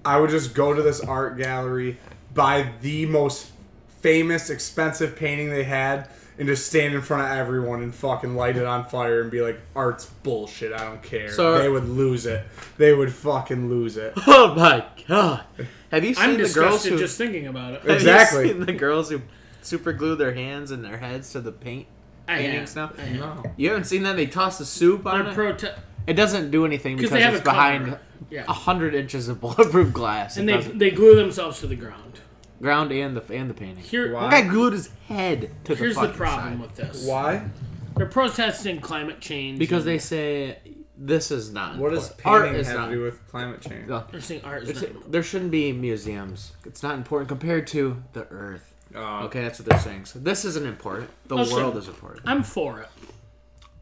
I would just go to this art gallery, buy the most famous, expensive painting they had, and just stand in front of everyone and fucking light it on fire and be like, "Art's bullshit. I don't care." So- they would lose it. They would fucking lose it. Oh my god! Have you seen I'm the girls disgusted who just thinking about it. have you Exactly. seen the girls who super glue their hands and their heads to the paint? I am. Paintings now? I am. You haven't seen that? They toss the soup on They're it. prote- It doesn't do anything because they have it's a behind cover. Yeah. a hundred inches of bulletproof glass. and It they doesn't- they glue themselves to the ground. ground and the and the painting. Here, Wow. That guy glued his head to here's the the fucking problem side. with this. Why? They're protesting climate change because and they say this is not. What does important. painting Art is have not. Oh, to do with climate change? No. they're saying art is It's- not. there shouldn't be museums. It's not important compared to the Earth. Oh, Okay, that's what they're saying. So this isn't important. The Also- world is important. I'm for it.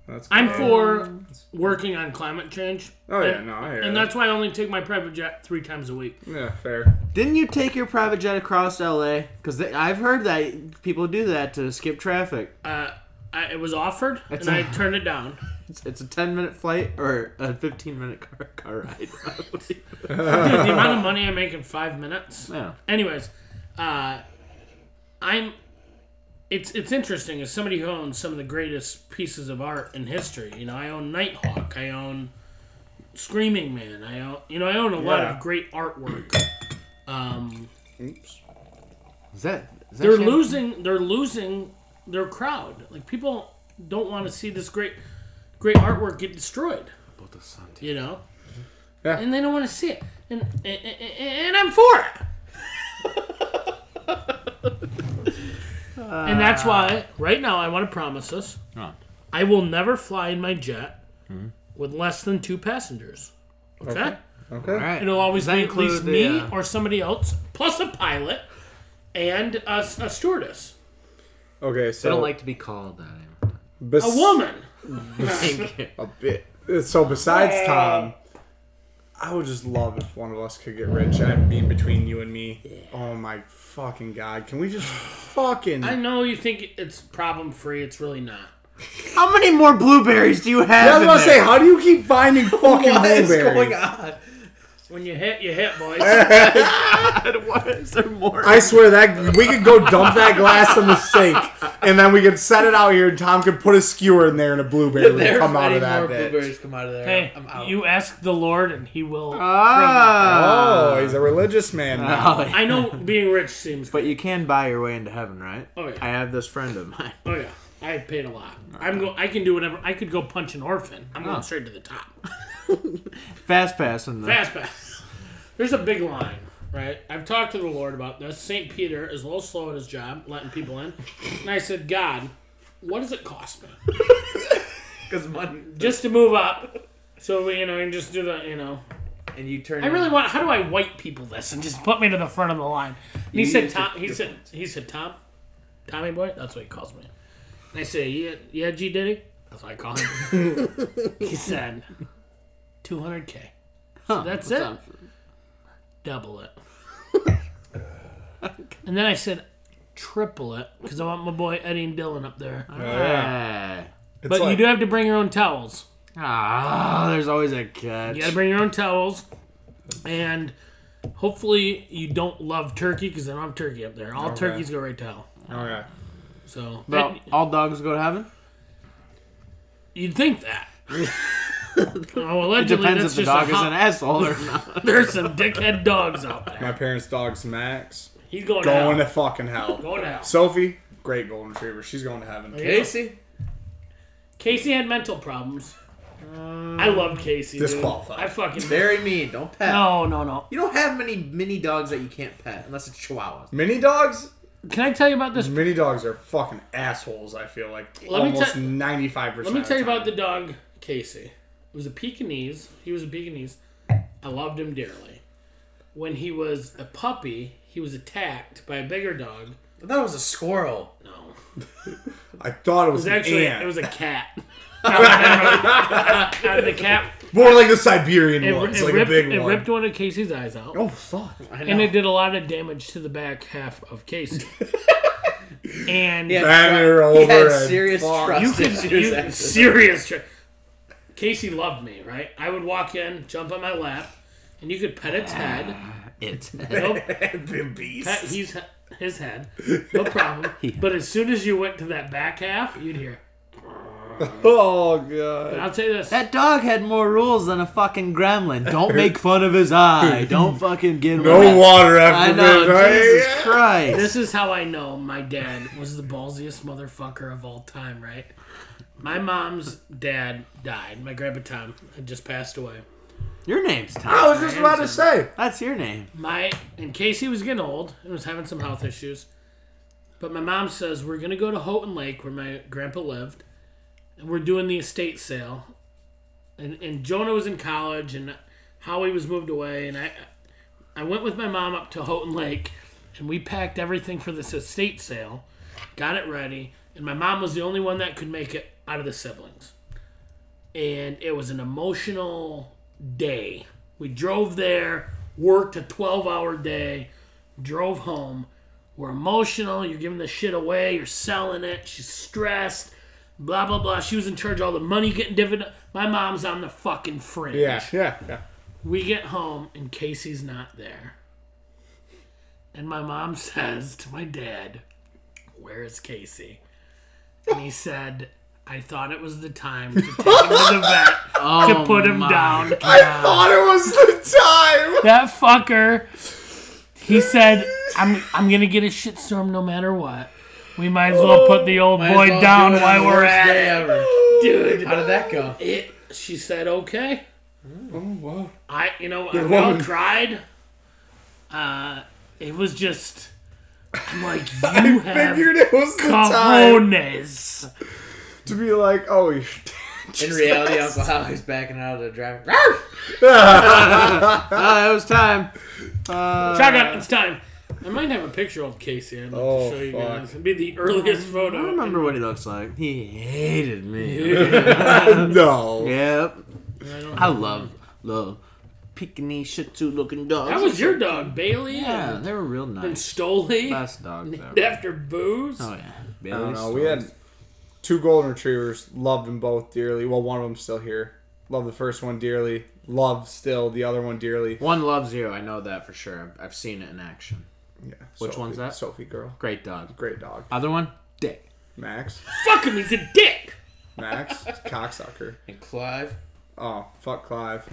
that's I'm cool. for working on climate change. Oh yeah, And- no, I hear And that. that's why I only take my private jet three times a week. yeah, fair. Didn't you take your private jet across L.A.? Because I've heard that people do that to skip traffic. Uh, I, it was offered, That's and I a- turned it down. It's, it's a ten minute flight or a fifteen minute car, car ride. probably. Dude, the amount of money I make in five minutes. yeah. Anyways, uh, I'm. It's it's interesting as somebody who owns some of the greatest pieces of art in history. You know, I own Nighthawk. I own Screaming Man. I own you know I own a lot Yeah. of great artwork. Um, Oops. Is that? Is that they're shit? losing. They're losing their crowd. Like people don't want to see this great great artwork get destroyed. You know. Yeah. And they don't want to see it. And, and, and- and I'm for it. and that's why, right now, I want to promise us Oh. I will never fly in my jet with less than two passengers. Okay? Okay. All right. It'll always Does that be at least include the, me uh, or somebody else, plus a pilot and a, a stewardess. Okay. I So don't like to be called that. bes- A woman. A bit. So besides Tom, I would just love if one of us could get rich. I mean, between you and me. Oh my fucking god! Can we just fucking? I know you think it's problem free, it's really not. How many more blueberries do you I have? in was about to say, there? how do you keep finding fucking What is blueberries? going on? When you hit, you hit, boys. Why is there more? I swear that we could go dump that glass in the sink, and then we could set it out here, and Tom could put a skewer in there, and a blueberry would There's come out many of that more bitch. blueberries come out of there. hey, I'm out. you ask the Lord and he will. Ah. Oh, he's a religious man now. Oh, I know being rich seems But you can buy your way into heaven, right? Oh, yeah. I have this friend of mine. Oh yeah, I paid a lot. I'm go. I can do whatever. I could go punch an orphan. I'm going straight to the top. Fast pass in the. Fast pass. There's a big line, right? I've talked to the Lord about this. Saint Peter is a little slow at his job, letting people in, and I said, God, what does it cost me Because money. just to move up? So we, you know, and just do the, you know, And you turn. I really want. How do I white people this and just put me to the front of the line? And he You said, used Tom. it He for said, he said, Tom, Tommy boy. That's what he calls me. And I say, yeah, yeah, G Diddy. That's what I call him. he said, two hundred k. Huh, That's what's it. up? Double it. and then I said, triple it because I want my boy Eddie and Dylan up there. Hey. It's but you like- do have to bring your own towels. Ah, there's always a catch. You gotta bring your own towels, and hopefully you don't love turkey because I don't have turkey up there. All turkeys go right to hell. Okay. So Well, and all dogs go to heaven. you'd think that. oh, allegedly, Depends that's if the just dog a is hot- an asshole or not. There's some dickhead dogs out there. My parents' dog's Max He's going, going to to fucking hell. hell. Going to hell. Sophie, great golden retriever, she's going to heaven. Casey. Casey had mental problems. I Um, love Casey. dude. disqualified. I fucking Very mean. Don't pet. no, no, no. You don't have many mini dogs that you can't pet unless it's chihuahuas. Mini dogs, Can I tell you about this? mini dogs are fucking assholes. I feel like Let me almost te- ninety five percent. Let me tell you about the dog Casey. It was a Pekingese. He was a Pekingese. I loved him dearly. When he was a puppy, he was attacked by a bigger dog. I thought it was a squirrel. No, it I thought it was, was actually an ant. it was a cat. and the cat more like the Siberian it, ones, it like ripped, a big it one. ripped one of Casey's eyes out, oh fuck! and it did a lot of damage to the back half of Casey. and Bang her He over had and serious fuck. trust you could issues. you, after serious tri- Casey loved me, right? I would walk in, jump on my lap, and you could pet its head. It's No, The beast. pet he's his head, no problem. But as soon as you went to that back half, you'd hear. Oh god. But I'll tell you this: that dog had more rules than a fucking gremlin. Don't make fun of his eye. Don't fucking get No wet. water I after know. midnight. Jesus Christ. this is how I know my dad was the ballsiest motherfucker of all time, right? My mom's dad died. My grandpa Tom had just passed away. Your name's I Tom. was just about to say. That's your name. my and Casey was getting old and was having some health issues. But my mom says we're gonna go to Houghton Lake where my grandpa lived, and we're doing the estate sale. And and Jonah was in college and Howie was moved away and I I went with my mom up to Houghton Lake and we packed everything for this estate sale, got it ready, and my mom was the only one that could make it out of the siblings. And it was an emotional day. We drove there, worked a 12 hour day, drove home. We're emotional. You're giving the shit away. You're selling it. She's stressed. Blah, blah, blah. She was in charge of all the money getting dividend. My mom's on the fucking fringe. Yeah, yeah, yeah. We get home and Casey's not there. And my mom says to my dad, Where is Casey? And he said, I thought it was the time to take him to the vet Oh to put him my down. I thought it was the time. That fucker. He said, "I'm I'm gonna get a shitstorm no matter what. We might as well put the old Might as boy well down do it on while the we're worst at day it, ever. dude." How did that go? It. She said, "Okay." I, you know, we all woman. cried. Uh, it was just. I'm like, you have Figured it was the time. Uh, cojones to be like, oh, you sh- In reality, Uncle Howie's backing out of the drive. Ah, it was time. Uh, Shotgun, it's time. I might have a picture of Casey. I'd like Oh, to show you fuck. guys. It'd be the earliest photo. Mm, I remember what he looks like. He hated me. no. yep. I don't I love love Pekingese Shih Tzu looking dogs. That was your dog, Bailey. yeah. and- They were real And nice. Stoli. Best dogs named ever. after Booze. Oh yeah. I Bailey don't know. We Stones. had two golden retrievers. Loved them both dearly. Well, one of them's still here. Love the first one dearly. Love still the other one dearly. one loves you. I know that for sure. I've seen it in action. Yeah. Which one's that? Sophie girl. Great dog. Great dog. Other one, Dick. Max. Fuck him, he's a dick. Max. cocksucker. And Clive. Oh, fuck Clive.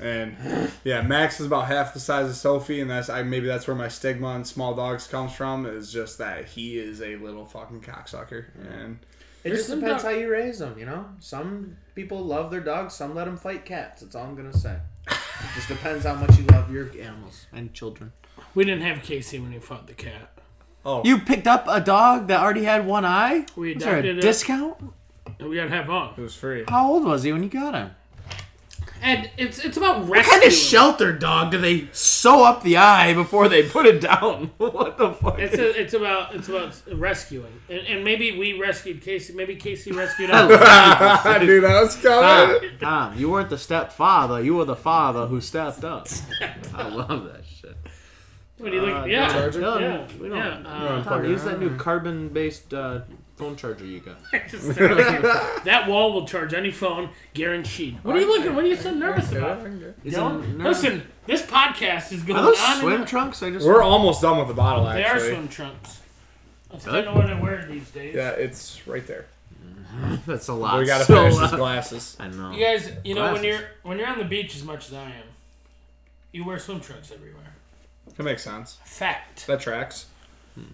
And yeah, Max is about half the size of Sophie, and that's I maybe that's where my stigma on small dogs comes from is just that he is a little fucking cocksucker. And It There's just some depends dog- how you raise them, you know? Some people love their dogs, some let them fight cats. That's all I'm going to say. It just depends how much you love your animals. And children. We didn't have Casey when he fought the cat. You picked up a dog that already had one eye? We Was there a adopted it. discount? We gotta have on. it was free. How old was he when you got him? And it's it's about rescue. kind of shelter dog do they sew up the eye before they put it down? what the fuck? It's, a, it's about it's about rescuing, and, and maybe we rescued Casey. Maybe Casey rescued us. I knew that was Tom, coming. Tom, you weren't the stepfather. You were the father who stepped up. I love that shit. what do you think? Yeah, Charger? No, yeah, we don't. yeah. Uh, Tom, use that new carbon-based uh, phone charger you got. just telling you, that wall will charge any phone, guaranteed. What are you looking? What are you so nervous about? Is Dylan? it- Listen, this podcast is going Are those on. swim and trunks? I just We're almost done with the bottle, they actually. are swim trunks. I still don't know what I wear these days. Yeah, it's right there. that's a lot. we gotta So, finish these uh, glasses. I know. You guys, you know when Glasses. you're when you're on the beach as much as I am, you wear swim trunks everywhere. That makes sense. Fact. That tracks.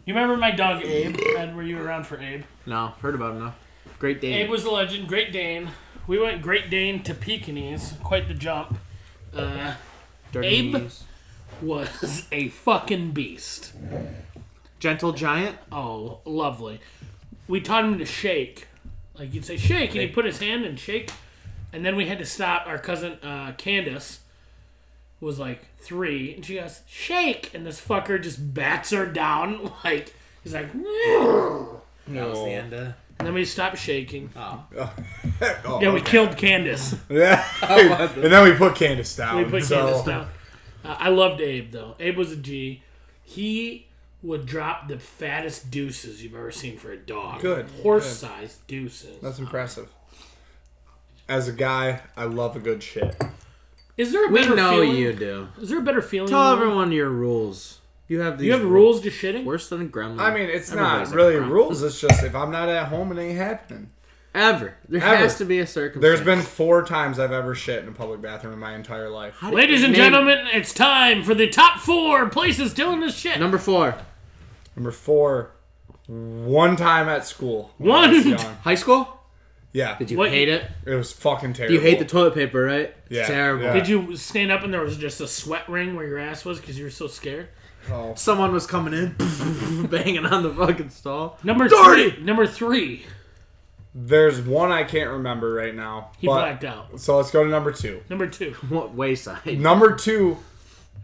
You remember my dog Abe? Ed, were you around for Abe? No, heard about him now. Great Abe Dane. was a legend. Great Dane. We went Great Dane to Pekingese. Quite the jump. Uh, Dirty Abe? knees. was a fucking beast. Gentle giant. Oh, lovely. We taught him to shake. Like you'd say, shake, and he'd put his hand and shake. And then we had to stop. Our cousin uh, Candace was like three, and she goes, shake. And this fucker just bats her down. Like, he's like, "Meow." That was the end of and then we stopped shaking. Oh, Yeah, we killed Candace. yeah. and then we put Candace down. We put Um, so- Candace down. Uh, I loved Abe though. Abe was a G. He would drop the fattest deuces you've ever seen for a dog. Good, horse-sized deuces. That's impressive. As a guy, I love a good shit. Is there a We better know feeling? Mm-hmm. you do. Is there a better feeling? Tell than- everyone your rules. You have these. You have rules to shitting. worse than a gremlin. I mean, it's Everybody's not a really gremlin. rules. It's just if I'm not at home, it ain't happening. Ever. There Ever. has to be a circumstance. There's been four times I've ever shit in a public bathroom in my entire life. How did- Ladies and name- gentlemen, it's time for the top four places Dylan has shit. Number four. Number four, one time at school. when I One was t- young. High school? Yeah, Did you What- hate it? it was fucking terrible. You hate the toilet paper, right? It's Yeah, terrible. yeah. Did you stand up and there was just a sweat ring where your ass was because you were so scared? Oh. Someone was coming in, banging on the fucking stall. Number Dirty! three. Number three. There's one I can't remember right now. He but- blacked out. So let's go to number two. Number two. What wayside? Number two.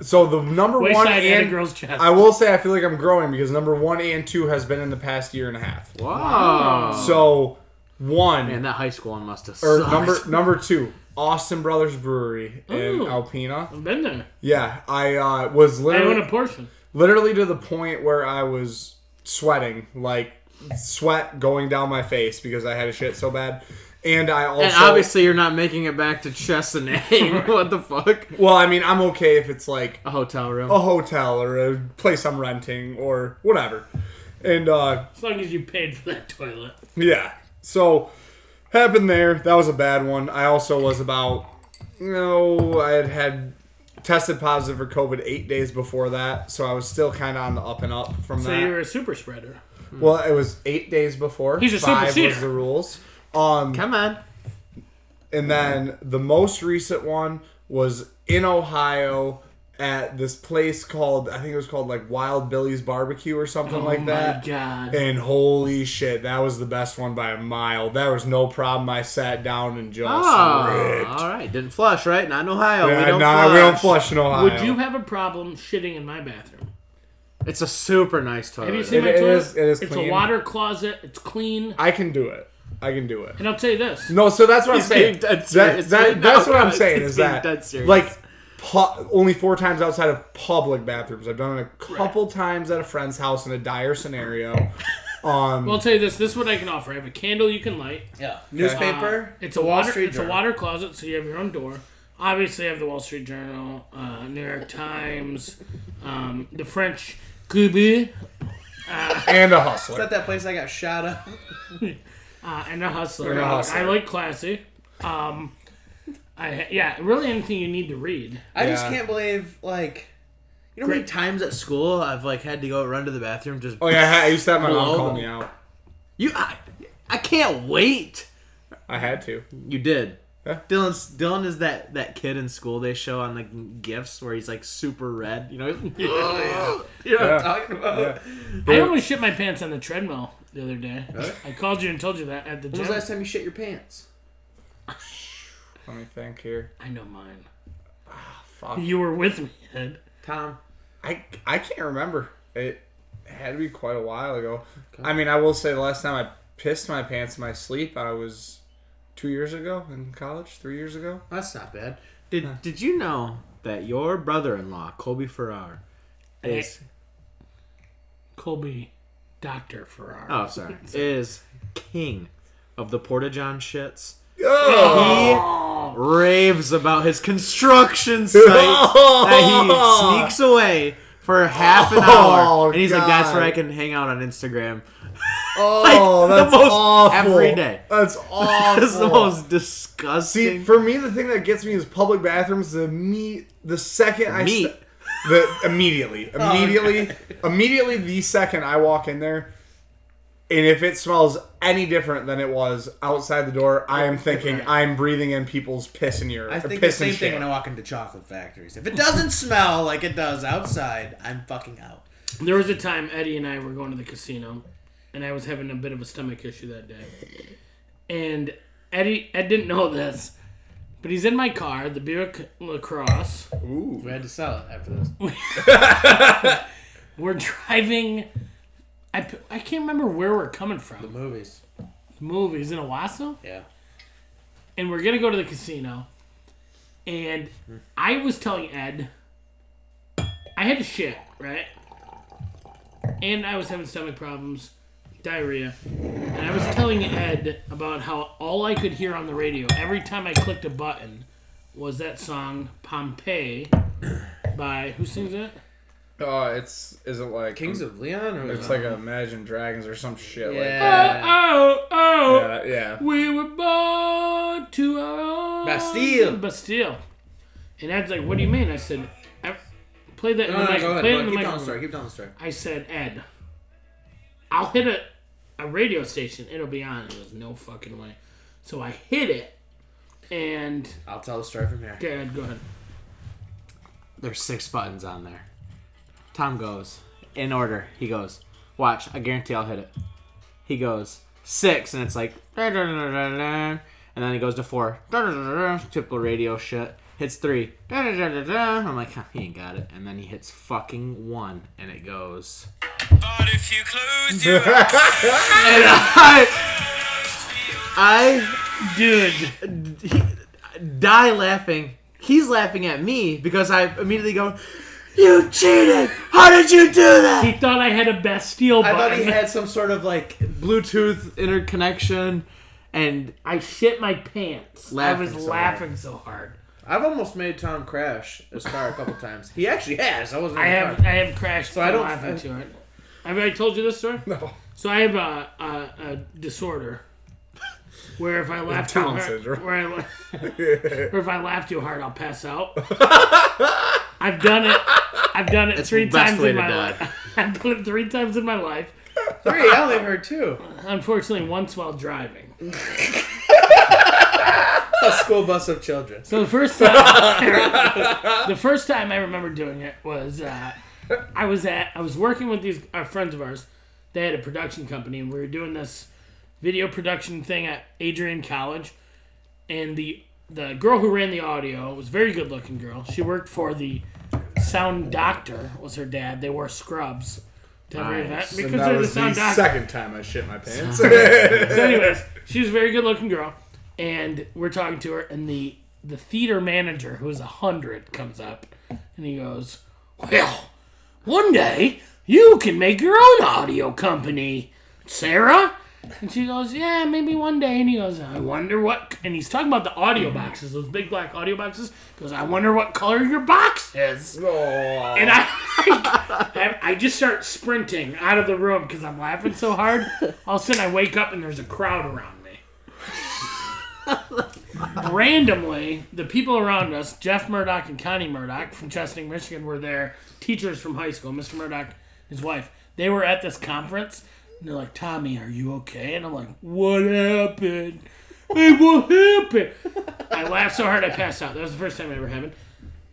So the number one Wayside and a and girl's chest. I will say I feel like I'm growing because number one and two has been in the past year and a half. Wow. So one Man, that high school one must have or sucked. number number two, Austin Brothers Brewery in Ooh. Alpena. I've been there. Yeah, I uh, was I own literally a portion. literally to the point where I was sweating, like sweat going down my face because I had a shit so bad. And I also and obviously, you're not making it back to Chesnay. what the fuck? well, I mean, I'm okay if it's like A hotel room. a hotel or a place I'm renting or whatever. And uh As long as you paid for that toilet. yeah. So happened there. That was a bad one. I also was about you know, I had had tested positive for COVID eight days before that, so I was still kinda on the up and up from So that. you're a super spreader. Well, it was eight days before. He's a Five superseder. was the rules. Um, Come on. and then the most recent one was in Ohio at this place called I think it was called like Wild Billy's Barbecue or something oh like my that. god. And holy shit, that was the best one by a mile. That was no problem. I sat down and just Oh, ripped. all right. Didn't flush, right? Not in Ohio. we Yeah, don't nah, flush. we don't flush in Ohio. Would you have a problem shitting in my bathroom? It's a super nice toilet. Have you seen my it toilet? is- it is it's clean. a water closet. It's clean. I can do it. I can do it. And I'll tell you this. No, so that's what I'm saying. being dead That- serious that- right that's now, what I'm guys. saying He's is being that dead serious. like pu- only four times outside of public bathrooms. I've done it a couple times at a friend's house in a dire scenario. Um, Well, I'll tell you this. This is what I can offer. I have a candle you can light. Yeah. Newspaper. It's a Wall water. Street It's a Journal. water closet, so you have your own door. Obviously, I have the Wall Street Journal, uh, New York Times, um, the French Club, and a Is that hustler. that place I got shot at? uh, and the Hustler. And The I- Hustler. I like classy. Um, I yeah, really anything you need to read. I just Yeah. can't believe like you know how many Great. times at school I've like had to go run to the bathroom just Oh yeah, I had- I used to have my mom Hello? call me out. you I, I can't wait. I had to. You did. Yeah. Dylan's Dylan is that that kid in school they show on the gifts where he's like super red, you know? You know what Oh, Yeah. I'm talking about? Yeah. I almost shit my pants on the treadmill the other day. I called you and told you that at the When was gym. the last time you shit your pants? Let me think here. I know mine. Fuck. You were with me, Ed. Tom. I I can't remember. It had to be quite a while ago. I mean, I will say the last time I pissed my pants in my sleep, I was two years ago in college, three years ago. That's not bad. Did did you know that your brother in law, Colby Farrar, is Colby, Doctor Ferrara. Oh, sorry. is king of the Porta John shits. Oh, He raves about his construction site that he sneaks away for half an hour, Oh, and he's like, "That's where I God. can hang out on Instagram." Oh, the that's most awful. every day. That's awful. This is the most See, disgusting. for me, the thing that gets me is public bathrooms. The meat. The second I Meat. st- the Oh, immediately, immediately, immediately, the second I walk in there, and if it smells any different than it was outside the door, I am thinking I'm breathing in people's piss and urine. I or think the piss same and shit. thing when I walk into chocolate factories. If it doesn't smell like it does outside, I'm fucking out. There was a time Eddie and I were going to the casino, and I was having a bit of a stomach issue that day. And Eddie, Ed didn't know this, but he's in my car, the Buick Lacrosse. We had to sell it after this. We're driving. I, p- I can't remember where we're coming from. Movies. Movies in Owasso, Yeah. and we're gonna go to the casino. And I was telling Ed, I had to shit right, and I was having stomach problems, diarrhea. And I was telling Ed about how all I could hear on the radio every time I clicked a button was that song Pompeii by who sings it? Oh, it's is it like um, Kings of Leon, or It's like Imagine Dragons or some shit. yeah, Oh oh. Like that. yeah. We were born to our own Bastille. Bastille. And Ed's like, "What do you mean?" I said, I, "Play that in No, the no, mic. go ahead. Play Go it in ahead. the Keep mic." telling the story. Keep telling the story. I said, "Ed, I'll hit a a radio station. It'll be on." He goes, "No fucking way." So I hit it, and I'll tell the story from here. okay, Ed, go ahead. There's six buttons on there. Tom goes, in order. He goes, watch, I guarantee I'll hit it. He goes, six, and it's like, and then he goes to four. Typical radio shit. Hits three. I'm like, "Huh, he ain't got it. And then he hits fucking one, and it goes. But if you close your eyes, And I, I Dude, die laughing. He's laughing at me because I immediately go, You cheated! How did you do that? he thought I had a Bastille I thought button. he had some sort of like Bluetooth interconnection, and I shit my pants. I Laughing was so laughing so hard. I've almost made Tom crash his car a couple times. He actually has. I wasn't. I in the have car. I have crashed. So I I don't don't- laughing to it. Have I told you this story? No. So I have a, a, a disorder where if I laugh too Down hard, syndrome. where I, la- or if I laugh too hard, I'll pass out. I've done it. I've done it three the best times way in to my die. life. I've done it three times in my life. Three. I only heard two. Unfortunately, once while driving. a school bus of children. So the first time, the first time I remember doing it was uh, I was at I was working with these uh, friends of ours. They had a production company, and we were doing this video production thing at Adrian College. And the the girl who ran the audio was a very good looking girl. She worked for the sound doctor. Was her dad? They wore scrubs to every Nice. event And because that they're the was the sound doctor. second time I shit my pants. So, anyways, she was a very good looking girl, and we're talking to her, and the the theater manager, who is a hundred, comes up, and he goes, "Well, one day you can make your own audio company, Sarah." And she goes, "Yeah, maybe one day." And he goes, "I wonder what." And he's talking about the audio boxes, those big black audio boxes. He goes, "I wonder what color your box is." Oh. And I, I, I just start sprinting out of the room because I'm laughing so hard. All of a sudden, I wake up and there's a crowd around me. Randomly, the people around us, Jeff Murdoch and Connie Murdoch from Chestnut, Michigan, were there. Teachers from high school, Mr. Murdoch, his wife, they were at this conference. And they're like, Tommy, are you okay? And I'm like, what happened? Hey, what happened? I laughed so hard I passed out. That was the first time it ever happened.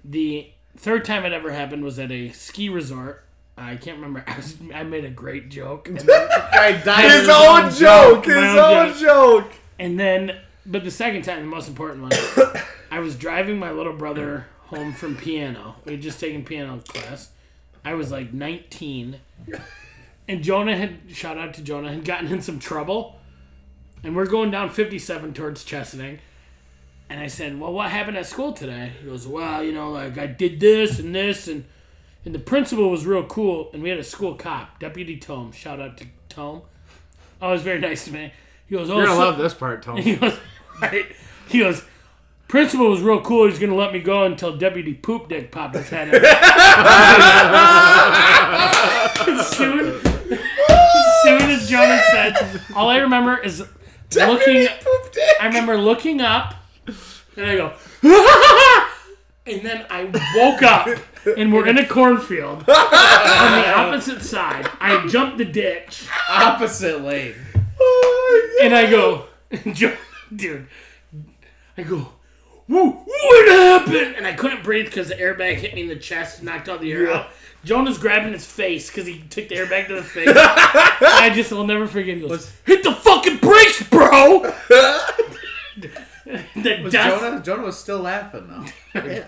The third time it ever happened was at a ski resort. I can't remember. I, was, I made a great joke. And then, His own joke. His My own own joke. and then- but the second time, the most important one, I was driving my little brother home from piano. We had just taken piano class. I was like 19. And Jonah had, shout out to Jonah, had gotten in some trouble. And we're going down 57 towards Chesaning. And I said, Well, what happened at school today? He goes, Well, you know, like I did this and this. And, and the principal was real cool. And we had a school cop, Deputy Tome. Shout out to Tome. Oh, it was very nice to me. He goes, Oh, You're gonna so- love this part, Tony. he goes, right? He goes, principal was real cool. He's gonna let me go until Deputy Poop Dick popped his head out. soon, soon as Jonah said, all I remember is looking. I remember looking up, and I go, and then I woke up. And we're in a cornfield on the opposite side. I jumped the ditch Opposite lane. and I go, Jo- dude, I go, Woo, what happened? And I couldn't breathe because the airbag hit me in the chest, knocked all the air out. Jonah's grabbing his face because he took the airbag to the face. And I just will never forget. He goes, hit the fucking brakes, bro. the Was death- Jonah, Jonah was still laughing though.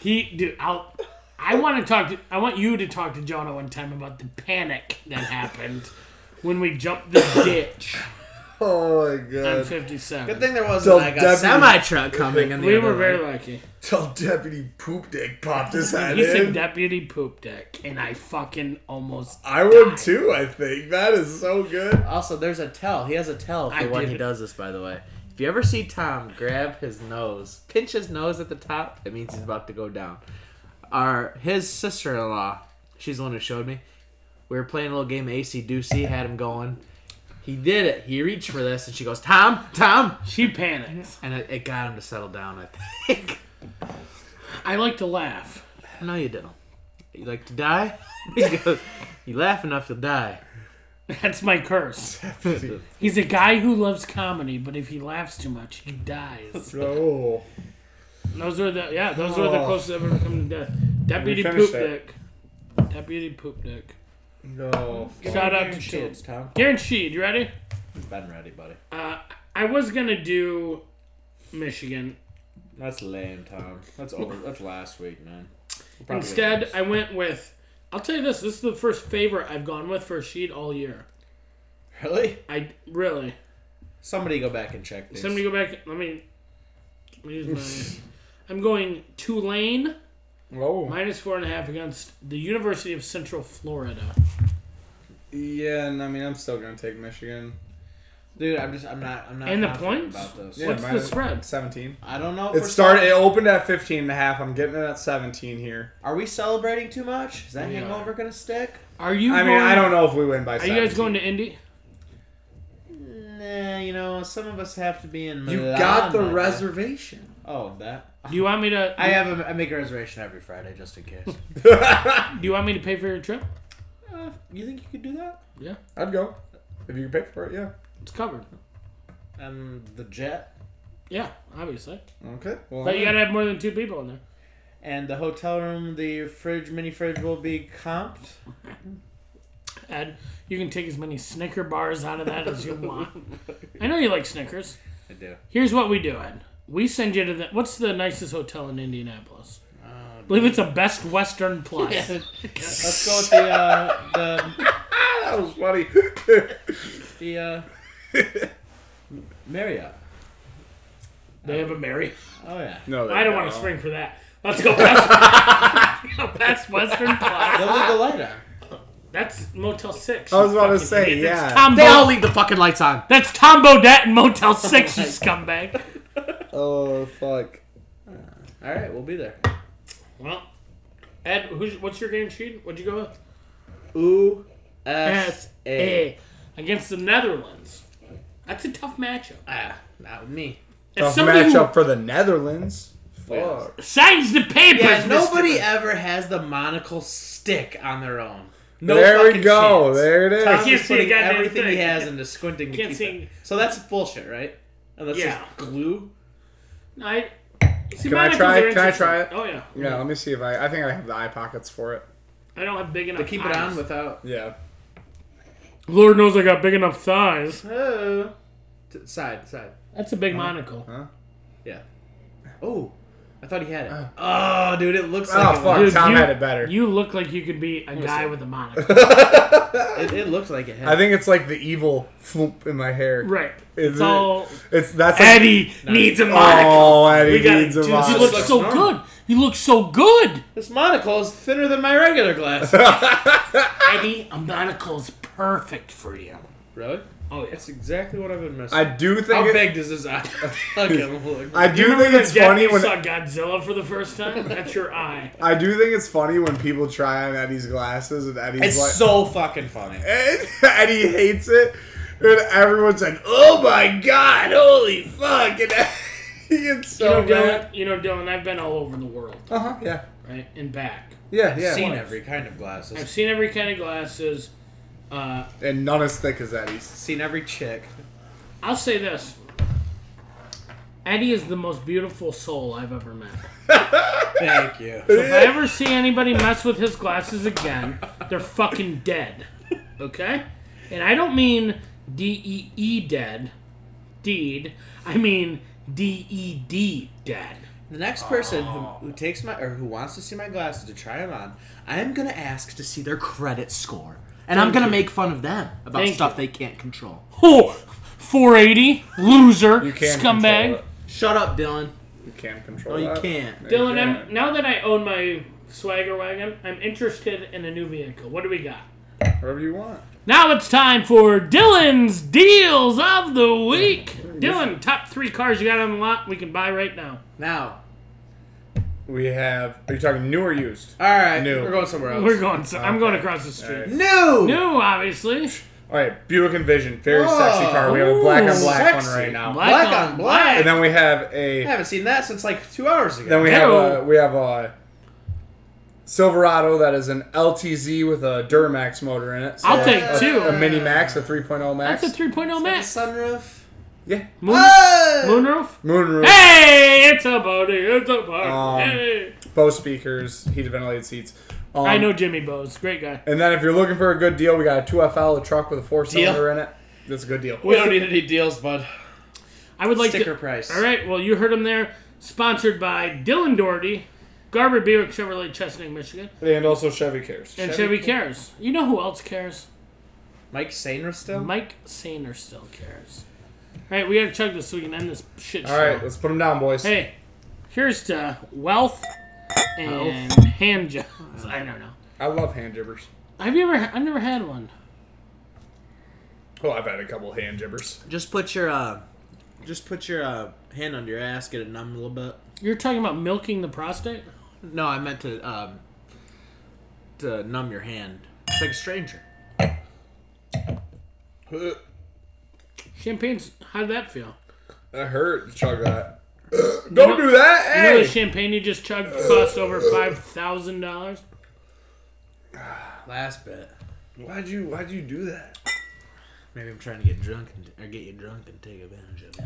He, dude, I'll. I want to talk to. I want you to talk to Jonah one time about the panic that happened when we jumped the ditch Oh my on god. fifty Good seven. thing there wasn't Till like a deputy- semi. truck coming in the We other were very way. lucky. Till Deputy Poop Dick popped his head He's a in. deputy poop dick, and I fucking almost. I would too, I think. That is so good. Also, there's a tell. He has a tell for I when did he it. does this, by the way. If you ever see Tom grab his nose, pinch his nose at the top, it means he's about to go down. Our his sister in law, she's the one who showed me. We were playing a little game of AC Doocy, had him going. He did it. He reached for this, and she goes, "Tom, Tom," She panicked. and it, it got him to settle down. I think. I like to laugh. no, you don't. You like to die? He goes, you laugh enough, you'll die. That's my curse. He's a guy who loves comedy, but if he laughs too much, he dies. Oh. Those are the yeah. Those are the Oh. closest I've ever come to death. Deputy poop finished that. dick. Deputy poop dick. No. Shout out to Shades, Shields. Tom. Guaranteed. You ready? Been ready, buddy. Uh, I was gonna do Michigan. That's lame, Tom. That's over. That's last week, man. Probably Instead, I went with. I'll tell you this. This is the first favorite I've gone with for a sheet all year. really. I really. Somebody go back and check this. Somebody go back. Let me. Let me use my. I'm going Tulane Oh. minus four and a half against the University of Central Florida. Yeah, and I mean, I'm still going to take Michigan. dude. I'm just. I'm not. I'm not. And the confident points? about this. Yeah, What's the minus spread? 17. I don't know. If It we're started. It opened at 15 and a half. I'm getting it at 17 here. Are we celebrating too much? Is that We hangover gonna stick? Are you? I mean, going- I don't know if we win by. Are you guys going to Indy? Nah, you know, some of us have to be in. You Milan, got the my guy. reservation. Oh, that. Do you want me to? I have. A, I make a reservation every Friday just in case. Do you want me to pay for your trip? uh, you think you could do that? I'd go if you could pay for it. Yeah. It's covered. And Um, the jet. Yeah, obviously. Okay. Well, But you gotta have more than two people in there. And the hotel room, the fridge, mini fridge will be comped. And you can take as many Snicker bars out of that as you want. I know you like Snickers. I do. Here's what we do, Ed. We send you to the what's the nicest hotel in Indianapolis? I believe it's a Best Western Plus. Let's go with the uh, the that was funny. the uh, Marriott. They have a Mary. Oh yeah. no, I don't want to spring for that. Let's go Best, Best Western Plus. They'll leave the light on. That's Motel Six. I was about to Fucking say, idiot. That's yeah. Tom They all Bo- leave the fucking lights on. That's Tom Bodette and Motel Six, you scumbag. Oh fuck. All right, we'll be there. Well, Ed, who's, what's your game sheet? What'd you go with? Ooh, S S A. A against the Netherlands. That's a tough matchup. Ah, not with me. If Tough somebody who matchup for the Netherlands. Fuck. signs the papers, Yeah, nobody. nobody ever has the monocle stick on their own. No there we fucking go. chance. There it is. Tom's Can't just see a putting goddamn everything he thing. has into squinting. to Can't keep see. it. So that's bullshit, right? Unless Yeah. it's glue. I, see, Can I monocles try are it? Can I interesting. try it? Oh yeah. Yeah, let me see if I. I think I have the eye pockets for it. I don't have big enough. To keep it eyes. on without Yeah. Lord knows I got big enough thighs. uh, t- side side. That's a big monocle. Yeah. Oh, I thought he had it. Oh, dude, it looks Oh like fuck, Dude, Tom you- had it better. You look like you could be a guy with a monocle. it, it looks like it had. I think it's like the evil floop in my hair. right. Is it's it- all It's that's like- Eddie needs a monocle. Oh, Eddie we gotta needs a do- monocle. You look Looks so normal. good. You look so good. this monocle is thinner than my regular glass. Eddie, a monocle's perfect for you. really? Oh yeah. That's exactly what I've been missing. I do How think. It, big does this eye fucking look? I do think it's Jack, funny you when saw Godzilla for the first time. That's your eye. I do think it's funny when people try on Eddie's glasses and Eddie's It's like so fucking funny. and Eddie hates it and everyone's like, "Oh my god, holy fuck!" And he gets You so know, mad. Dylan, you know, Dylan, I've been all over the world, Uh huh. Yeah. right? And back. Yeah. Yeah. I've seen every kind of glasses. I've seen every kind of glasses. Uh, And none as thick as Eddie's. seen every chick. I'll say this. Eddie is the most beautiful soul I've ever met. Thank you. If I ever see anybody mess with his glasses again, they're fucking dead. Okay? And I don't mean D E E dead, deed. I mean D E D dead. The next person who, who takes my or who wants to see my glasses to try them on, I am gonna ask to see their credit score, And I'm gonna make fun of them about Thank stuff they can't control. Oh, 480, loser, scumbag. Shut up, Dylan. You can't control No, you that. can't. No, you Dylan, can't. I'm, now that I own my swagger wagon, I'm interested in a new vehicle. What do we got? Whatever you want. Now it's time for Dylan's Deals of the Week. Dylan, top three cars you got on the lot we can buy right now. Now, We have. Are you talking new or used? all right, New. we're going somewhere else. We're going. So I'm going across the All street. right. new. New, obviously. All right, Buick Envision, very sexy Oh, car. We have a black on ooh, black one sexy. right now, Black on black. and then we have I a haven't seen that since like two hours ago. then we have Hello. a we have a Silverado that is an LTZ with a Duramax motor in it. So I'll a- take a, two. A Mini Max, a 3.0 Max. That's a 3.0 Max. the sunroof. yeah, Moon, Oh! moonroof. moonroof, Hey, it's a party. It's a party. Um, hey. Bose speakers, heated ventilated seats. Um, I know Jimmy Bowes. Great guy. And then if you're looking for a good deal, we got a 2FL, a truck with a four cylinder in it. That's a good deal. We don't need any deals, bud. I would like Sticker to, price. All right. Well, you heard him there. Sponsored by Dylan Doherty, Garber Buick Chevrolet, Chestnut, Michigan, And also Chevy cares. and Chevy Chevy cares. You know who else cares? Mike Sainer still. Mike Sainer still cares. All right, we gotta chug this so we can end this shit show. All right, let's put them down, boys. Hey, here's to wealth and hand jobs. I don't know. I love hand jibbers. Have you ever? I've never had one. Oh, I've had a couple hand jibbers. Just put your uh, Just put your uh, hand under your ass, get it numb a little bit. You're talking about milking the prostate. No, I meant to um to numb your hand. It's like a stranger. That Champagne's. How did that feel? hurt to chug that. Don't do that. You know Hey. the champagne you just chugged cost over five thousand dollars. Last bit. why'd you Why'd you do that? Maybe I'm trying to get drunk and, or get you drunk and take advantage of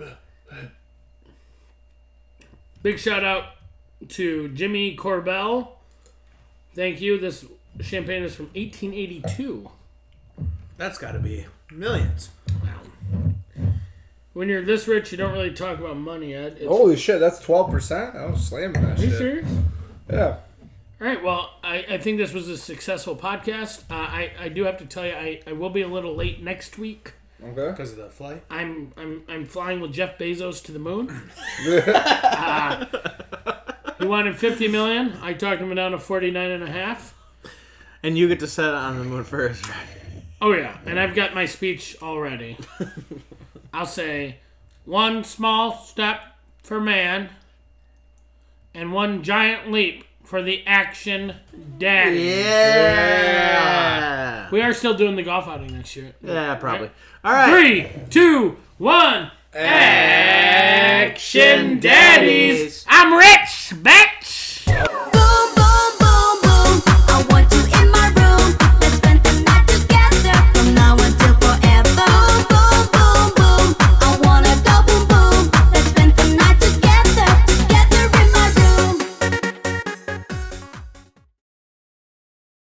it. Big shout out to Jimmy Corbell. Thank you. This champagne is from 1882. That's got to be millions. When you're this rich, you don't really talk about money, Ed. It's, Holy shit, that's 12%? I was slamming Are that shit. you serious? Yeah. All right. Well, I, I think this was a successful podcast. Uh, I I do have to tell you, I, I will be a little late next week. Okay. Because of the flight? I'm I'm I'm flying with Jeff Bezos to the moon. uh, he wanted 50 million. I talked him down to 49 and a half. And you get to set it on the moon first. Oh yeah, and I've got my speech already. I'll say one small step for man and one giant leap for the action daddy. Yeah. We are still doing the golf outing next year. Yeah, probably. All right. Three, two, one. Action daddies. I'm rich, bitch.